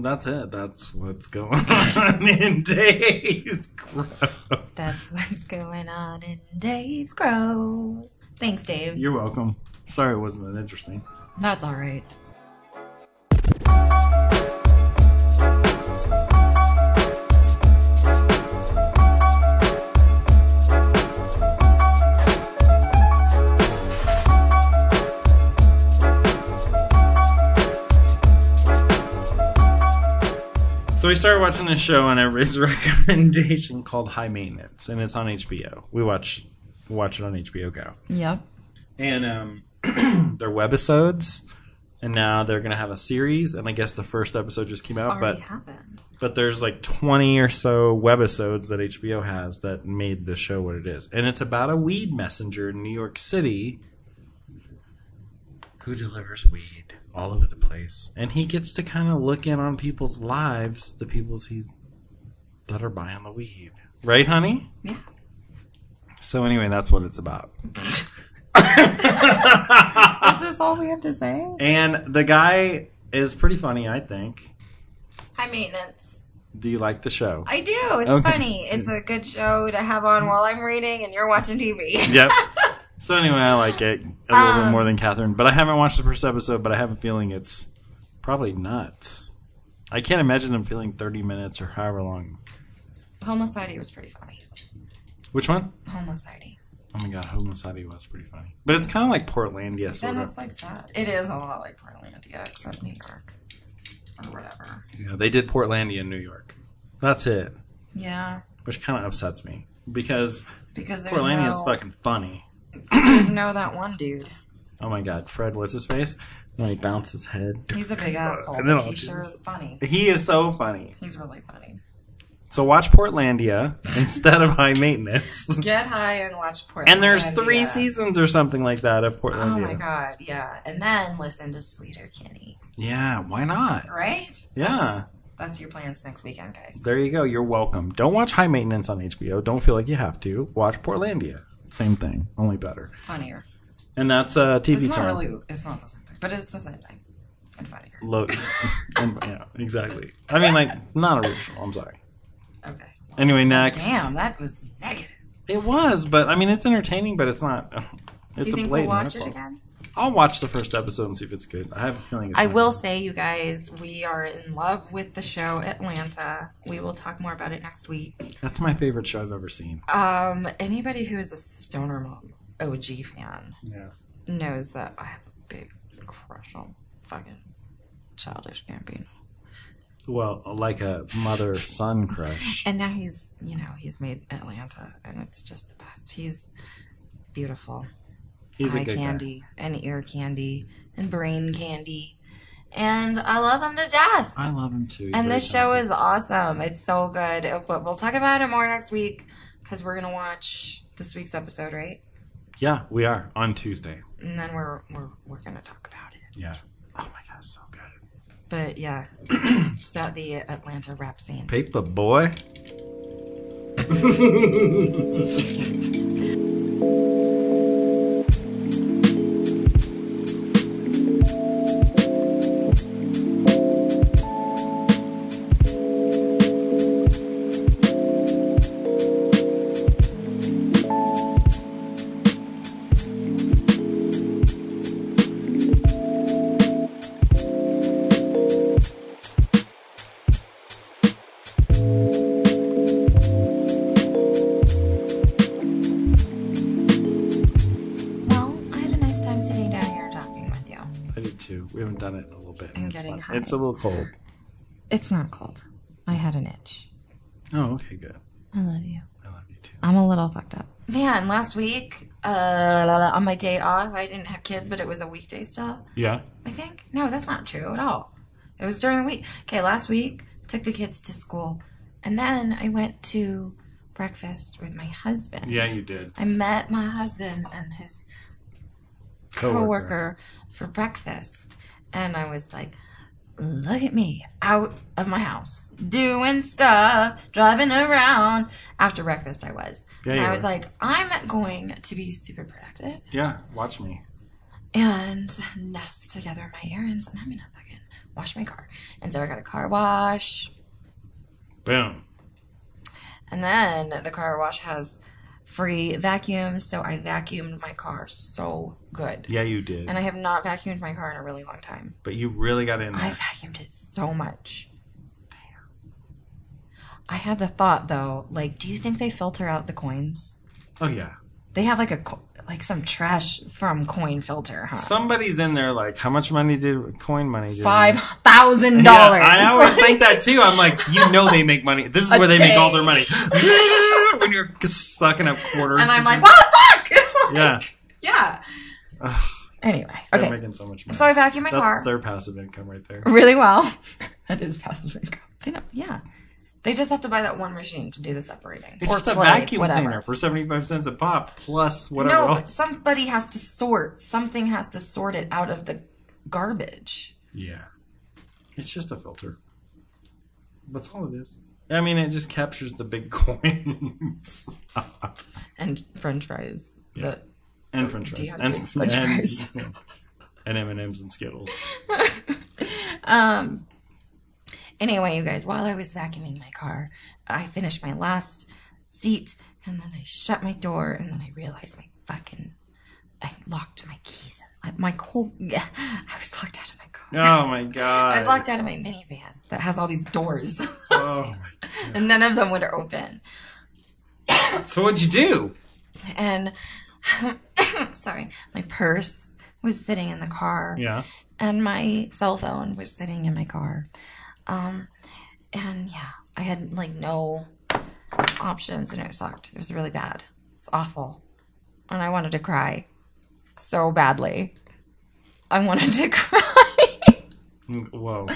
Speaker 2: That's it. That's what's going <laughs> on in Dave's grow.
Speaker 1: That's <laughs> what's going on in Dave's Grow. Thanks, Dave.
Speaker 2: You're welcome. Sorry it wasn't that interesting.
Speaker 1: That's all right.
Speaker 2: So we started watching this show on everybody's <laughs> recommendation called High Maintenance, and it's on HBO. We watch watch it on HBO Go.
Speaker 1: Yep.
Speaker 2: and um, <clears throat> their webisodes, and now they're gonna have a series. And I guess the first episode just came out,
Speaker 1: Already
Speaker 2: but
Speaker 1: happened.
Speaker 2: but there's like 20 or so webisodes that HBO has that made the show what it is, and it's about a weed messenger in New York City who delivers weed all over the place, and he gets to kind of look in on people's lives, the people's he's that are buying the weed, right, honey?
Speaker 1: Yeah.
Speaker 2: So anyway, that's what it's about. <laughs>
Speaker 1: Is this all we have to say?
Speaker 2: And the guy is pretty funny, I think.
Speaker 1: High maintenance.
Speaker 2: Do you like the show?
Speaker 1: I do. It's
Speaker 2: Okay.
Speaker 1: funny. It's a good show to have on while I'm reading and you're watching TV. <laughs>
Speaker 2: <laughs> yep. So anyway, I like it a little bit
Speaker 1: Um,
Speaker 2: more than Catherine, but I haven't watched the first episode. But I have a feeling it's probably nuts. I can't imagine them feeling thirty minutes or however long.
Speaker 1: Homicide was pretty funny.
Speaker 2: Which one?
Speaker 1: Homicide.
Speaker 2: Oh my god, homeless Abby was pretty funny, but it's kind of like Portlandia sort
Speaker 1: Then
Speaker 2: of.
Speaker 1: it's like sad. It is a lot like Portlandia, except New York or whatever.
Speaker 2: yeah, they did Portlandia in New York. That's it,
Speaker 1: Yeah,
Speaker 2: which kind of upsets me because
Speaker 1: because there's
Speaker 2: Portlandia is
Speaker 1: no
Speaker 2: fucking funny.
Speaker 1: <clears throat> there's no that one dude.
Speaker 2: Oh my god, Fred, what's his face? When he bounced his head,
Speaker 1: He's a big asshole.
Speaker 2: And then
Speaker 1: but
Speaker 2: I'll
Speaker 1: he sure
Speaker 2: choose-
Speaker 1: is funny.
Speaker 2: he is so funny.
Speaker 1: He's really
Speaker 2: <laughs>
Speaker 1: funny.
Speaker 2: So watch Portlandia <laughs> instead of High Maintenance.
Speaker 1: Get high and watch Portlandia.
Speaker 2: <laughs> And there's three seasons or something like that of
Speaker 1: Oh
Speaker 2: Portlandia.
Speaker 1: my god, yeah. And then listen to Sleater Kenny,
Speaker 2: Yeah, why not?
Speaker 1: right?
Speaker 2: Yeah.
Speaker 1: That's, that's your plans next weekend, guys.
Speaker 2: There you go. You're welcome. Don't watch High Maintenance on HBO. Don't feel like you have to. Watch Portlandia. Same thing, only better.
Speaker 1: Funnier.
Speaker 2: And that's uh, TV
Speaker 1: It's not
Speaker 2: time.
Speaker 1: really. It's not the same thing, but it's the same thing. And funnier.
Speaker 2: Lo- <laughs> and- yeah, exactly. I mean, like, not original. I'm sorry.
Speaker 1: Okay.
Speaker 2: Anyway, next.
Speaker 1: Damn, that was negative.
Speaker 2: It was, but I mean, it's entertaining, but it's not. <laughs> It's
Speaker 1: Do you
Speaker 2: a
Speaker 1: think we'll
Speaker 2: blatant
Speaker 1: watch it
Speaker 2: ripoff.
Speaker 1: again?
Speaker 2: I'll watch the first episode and see if it's good. I have a feeling. It's
Speaker 1: I
Speaker 2: not
Speaker 1: will say, you guys, we are in love with the show Atlanta. We will talk more about it next week.
Speaker 2: good. That's my favorite show I've ever seen.
Speaker 1: Um, anybody who is a Stoner Mom OG fan
Speaker 2: Yeah.
Speaker 1: knows that I have a big crush on fucking Childish Gambino.
Speaker 2: Well, like a mother son crush.
Speaker 1: And now he's, you know, he's made Atlanta, and it's just the best. He's beautiful.
Speaker 2: He's a
Speaker 1: eye
Speaker 2: good guy.
Speaker 1: candy and ear candy and brain candy. And I love him to death.
Speaker 2: I love him too. He's
Speaker 1: and
Speaker 2: very
Speaker 1: this show
Speaker 2: talented.
Speaker 1: is awesome. It's so good. Uh, But we'll talk about it more next week because we're gonna watch this week's episode, right?
Speaker 2: Yeah, we are on Tuesday.
Speaker 1: And then we're we're we're gonna talk about it.
Speaker 2: Yeah. Oh my god, so good.
Speaker 1: But yeah, <clears throat> it's about the Atlanta rap scene.
Speaker 2: Paper boy.
Speaker 1: Well, I had a nice time sitting down here talking with you.
Speaker 2: I did too. We haven't done it in a little bit.
Speaker 1: I'm
Speaker 2: It's
Speaker 1: getting
Speaker 2: fun.
Speaker 1: high.
Speaker 2: It's a little cold.
Speaker 1: It's not cold. I had an itch.
Speaker 2: Oh, okay, good.
Speaker 1: I love you.
Speaker 2: I love you too.
Speaker 1: I'm a little fucked up. Man, last week, uh, on my day off, I didn't have kids, but it was a weekday stuff.
Speaker 2: Yeah.
Speaker 1: I think. No, that's not true at all. It was during the week. Okay, last week took the kids to school, and then I went to breakfast with my husband.
Speaker 2: Yeah, you did.
Speaker 1: I met my husband and his coworker, for breakfast, and I was like, "Look at me out of my house doing stuff, driving around." After breakfast, I was.
Speaker 2: Yeah,
Speaker 1: and
Speaker 2: you
Speaker 1: I was
Speaker 2: were.
Speaker 1: like, "I'm going to be super productive."
Speaker 2: Yeah, watch me.
Speaker 1: and nest together my errands and I'm gonna fucking wash my car. And so I got a car wash
Speaker 2: Boom.
Speaker 1: and then the car wash has free vacuums, so I vacuumed my car so good.
Speaker 2: Yeah, you did.
Speaker 1: And I have not vacuumed my car in a really long time.
Speaker 2: but you really got in there.
Speaker 1: I vacuumed it so much. I had the thought though, like, do you think they filter out the coins?
Speaker 2: oh yeah.
Speaker 1: They have like a co- like some trash from coin filter, huh?
Speaker 2: Somebody's in there. Like, how much money did coin money? Did
Speaker 1: Five thousand
Speaker 2: Yeah,
Speaker 1: dollars.
Speaker 2: I
Speaker 1: <laughs>
Speaker 2: always think that too. I'm like, you know, they make money. This is
Speaker 1: A
Speaker 2: where they make all
Speaker 1: day.
Speaker 2: their money. <laughs> when you're sucking up quarters.
Speaker 1: and I'm like, what the fuck? <laughs>
Speaker 2: yeah,
Speaker 1: yeah. anyway,
Speaker 2: they're
Speaker 1: okay.
Speaker 2: making so much money.
Speaker 1: So I vacuum my
Speaker 2: That's
Speaker 1: car
Speaker 2: their passive income right there.
Speaker 1: really well. <laughs> that is passive income. They don't, yeah. They just have to buy that one machine to do the separating.
Speaker 2: It's
Speaker 1: or
Speaker 2: just a
Speaker 1: slide,
Speaker 2: vacuum
Speaker 1: whatever.
Speaker 2: cleaner for 75 cents a pop plus whatever
Speaker 1: No, but
Speaker 2: else.
Speaker 1: somebody has to sort. Something has to sort it out of the garbage.
Speaker 2: Yeah. It's just a filter. That's all it is. I mean, it just captures the big <laughs> coins. <laughs>
Speaker 1: And French fries.
Speaker 2: Yeah.
Speaker 1: The-
Speaker 2: and french fries. <laughs> And,
Speaker 1: Dehydrated french fries.
Speaker 2: and, and M&M's and Skittles.
Speaker 1: Um. Anyway, you guys, while I was vacuuming my car, I finished my last seat, and then I shut my door, and then I realized my fucking, I locked my keys. In. My whole, <laughs> yeah, I was locked out of my car.
Speaker 2: Oh, my God.
Speaker 1: <laughs> I was locked out of my minivan that has all these doors, <laughs>
Speaker 2: Oh, my
Speaker 1: and none of them would open.
Speaker 2: So what'd you do?
Speaker 1: and <coughs> sorry, my purse was sitting in the car.
Speaker 2: Yeah.
Speaker 1: and my cell phone was sitting in my car. Um, and yeah, I had like no options, and it sucked. It was really bad. It's awful, and I wanted to cry so badly. I wanted to <laughs> cry.
Speaker 2: Mm, Whoa.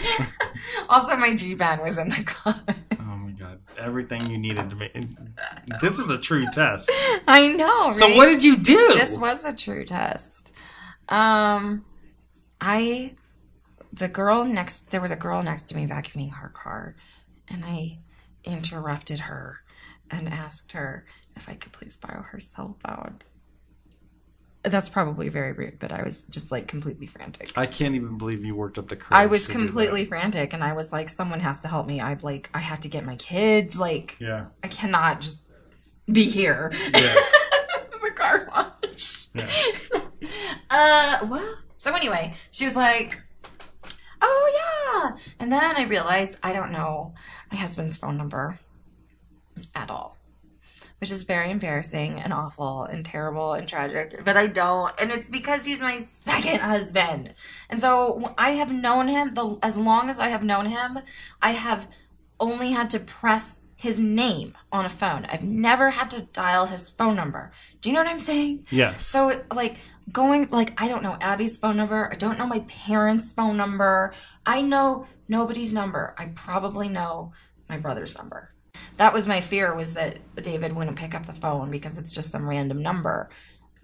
Speaker 1: also, my G band was in the car. <laughs>
Speaker 2: Oh my god. Everything you needed to make. This is a true test.
Speaker 1: I know.
Speaker 2: So
Speaker 1: right?
Speaker 2: what did you do?
Speaker 1: This was a true test. Um, I, the girl next, there was a girl next to me vacuuming her car, and I interrupted her and asked her if I could please borrow her cell phone. That's probably very rude, but I was just like completely frantic.
Speaker 2: I can't even believe you worked up the courage.
Speaker 1: I was
Speaker 2: to do that.
Speaker 1: completely frantic, and I was like, someone has to help me. I like, I had to get my kids. Like,
Speaker 2: Yeah.
Speaker 1: I cannot just be here.
Speaker 2: Yeah.
Speaker 1: <laughs> the car wash.
Speaker 2: Yeah.
Speaker 1: Uh, what? So anyway, she was like, "Oh yeah," and then I realized I don't know my husband's phone number at all, which is very embarrassing and awful and terrible and tragic. But I don't, and it's because he's my second husband, and so I have known him the as long as I have known him, I have only had to press his name on a phone. I've never had to dial his phone number. Do you know what I'm saying?
Speaker 2: Yes.
Speaker 1: So like going like I don't know Abby's phone number. I don't know my parents' phone number. I know nobody's number. I probably know my brother's number. That was my fear was that David wouldn't pick up the phone because it's just some random number,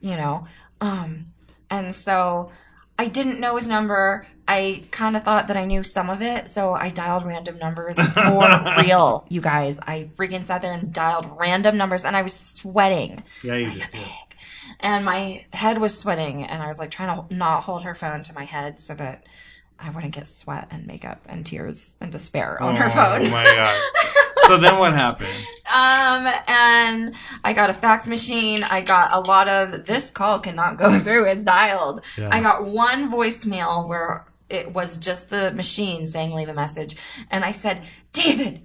Speaker 1: you know. Um and so I didn't know his number. I kind of thought that I knew some of it, so I dialed random numbers for real, you guys. I freaking sat there and dialed random numbers and I was sweating
Speaker 2: yeah, you did. Yeah.
Speaker 1: and my head was sweating and i was like trying to not hold her phone to my head so that i wouldn't get sweat and makeup and tears and despair <laughs> on her
Speaker 2: Oh
Speaker 1: phone
Speaker 2: my god.
Speaker 1: <laughs>
Speaker 2: So then what happened?
Speaker 1: um and i got a fax machine i got a lot of this call cannot go <laughs> through it's dialed
Speaker 2: Yeah.
Speaker 1: i got one voicemail where it was just the machine saying leave a message and i said david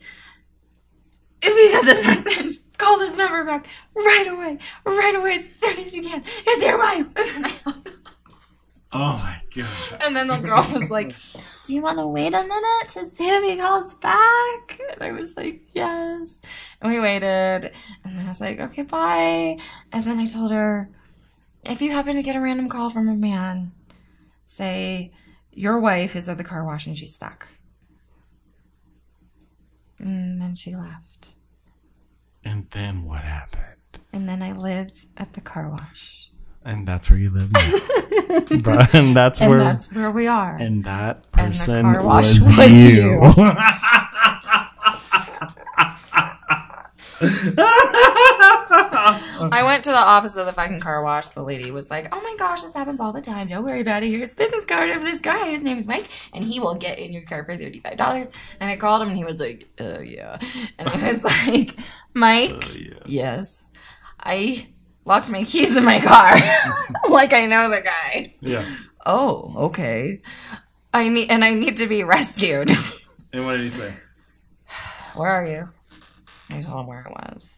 Speaker 1: if you get this <laughs> message, call this number back right away, right away, as soon as you can. It's your wife. <laughs> And then, I hung up.
Speaker 2: Oh my god.
Speaker 1: and then the girl was like, Do you want to wait a minute to see if he calls back? And I was like, Yes. And we waited. And then I was like, Okay, bye. And then I told her, If you happen to get a random call from a man, say, Your wife is at the car wash and she's stuck. And then she left.
Speaker 2: And then what happened?
Speaker 1: And then I lived at the car wash.
Speaker 2: And that's where you live now.
Speaker 1: <laughs>
Speaker 2: But- and that's
Speaker 1: And
Speaker 2: where.
Speaker 1: that's where we are.
Speaker 2: and that
Speaker 1: And the
Speaker 2: person
Speaker 1: car wash
Speaker 2: was,
Speaker 1: was
Speaker 2: you.
Speaker 1: I went to the office of the fucking car wash. The lady was like, Oh my gosh, this happens all the time. Don't worry about it. Here's a business card of this guy. His name's Mike, and he will get in your car for $35. And I called him, and he was like, Oh, yeah. And I was <laughs> like, Mike,
Speaker 2: yeah. <laughs>
Speaker 1: yes. I locked my keys in my car. <laughs> like, I know the guy.
Speaker 2: yeah.
Speaker 1: Oh, okay. I need, and I need to be rescued.
Speaker 2: And what did he say?
Speaker 1: where are you? I told him where I was.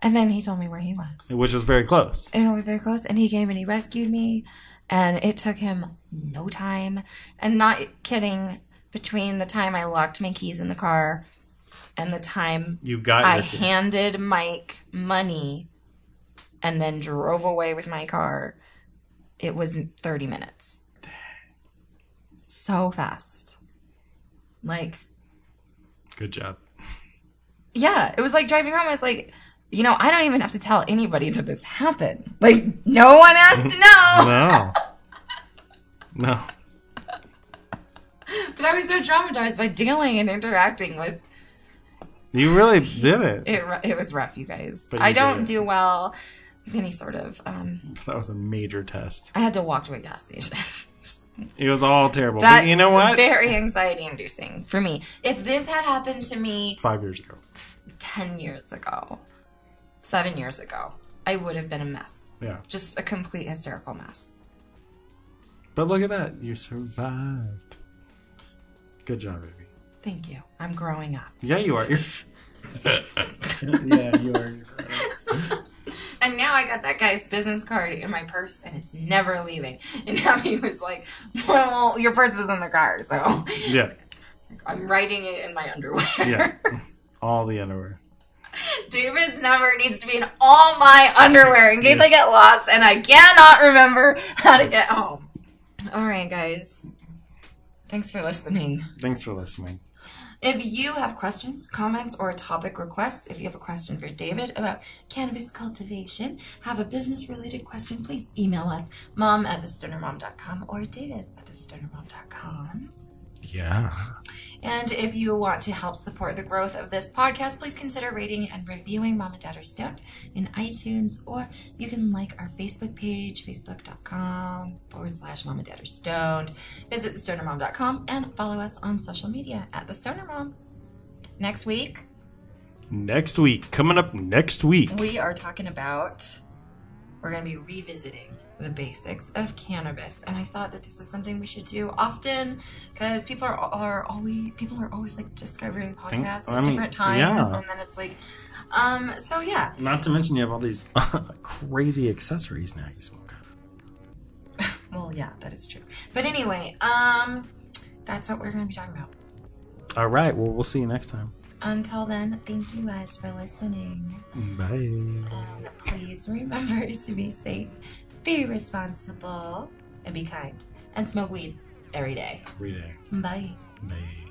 Speaker 1: And then he told me where he was.
Speaker 2: Which was very close.
Speaker 1: And it was very close. And he came and he rescued me. And it took him no time. And not kidding, between the time I locked my keys in the car and the time
Speaker 2: You got
Speaker 1: I
Speaker 2: your keys.
Speaker 1: handed Mike money and then drove away with my car, it was 30 minutes. So fast. Like,
Speaker 2: Good job.
Speaker 1: yeah, it was like driving home. I was like, you know, I don't even have to tell anybody that this happened. Like, no one has to know.
Speaker 2: No. No.
Speaker 1: But I was so traumatized by dealing and interacting with
Speaker 2: You really did it.
Speaker 1: it. ru- It was rough, you guys.
Speaker 2: But you
Speaker 1: I don't
Speaker 2: did it.
Speaker 1: do well with any sort of. Um,
Speaker 2: That was a major test.
Speaker 1: I had to walk to a gas station.
Speaker 2: It was all terrible.
Speaker 1: That
Speaker 2: but you know what?
Speaker 1: Very anxiety inducing for me. If this had happened to me
Speaker 2: Five years ago.
Speaker 1: ten years ago, seven years ago, I would have been a mess.
Speaker 2: Yeah.
Speaker 1: Just a complete hysterical mess.
Speaker 2: But look at that. You survived. Good job, baby.
Speaker 1: Thank you. I'm growing up.
Speaker 2: <laughs> Yeah, you are. You're... yeah, you are.
Speaker 1: And now now I got that guy's business card in my purse and it's never leaving. <laughs> And Abby was like, Well, your purse was in the car, so
Speaker 2: Yeah,
Speaker 1: I'm writing it in my underwear.
Speaker 2: yeah. All the underwear.
Speaker 1: <laughs> David's number needs to be in all my underwear in case I get lost and I cannot remember how to get home. All right, guys. Thanks for listening.
Speaker 2: Thanks for listening.
Speaker 1: If you have questions, comments, or topic requests, if you have a question for David about cannabis cultivation, have a business related question, please email us mom at thestonermom.com or david at thestonermom.com.
Speaker 2: Yeah.
Speaker 1: And if you want to help support the growth of this podcast, please consider rating and reviewing Mom and Dad Are Stoned in iTunes, or you can like our Facebook page, facebook.com forward slash Mom and Dad Are Stoned. Visit thestonermom.com and follow us on social media at The Stoner Mom. Next week,
Speaker 2: Next week, coming up next week.
Speaker 1: we are talking about, we're going to be revisiting the basics of cannabis. And I thought that this is something we should do often because people are, are always, people are always like discovering podcasts
Speaker 2: I
Speaker 1: at
Speaker 2: mean,
Speaker 1: different times.
Speaker 2: yeah.
Speaker 1: And then it's like, um, so yeah, <laughs>
Speaker 2: Not to mention, you have all these <laughs> crazy accessories now you smoke.
Speaker 1: well, yeah, that is true. But anyway, um, that's what we're going to be talking about.
Speaker 2: All right. Well, we'll see you next time.
Speaker 1: Until then, thank you guys for listening.
Speaker 2: Bye.
Speaker 1: And please remember <laughs> to be safe, be responsible, and be kind. And smoke weed every day.
Speaker 2: Every day.
Speaker 1: Bye.
Speaker 2: Bye.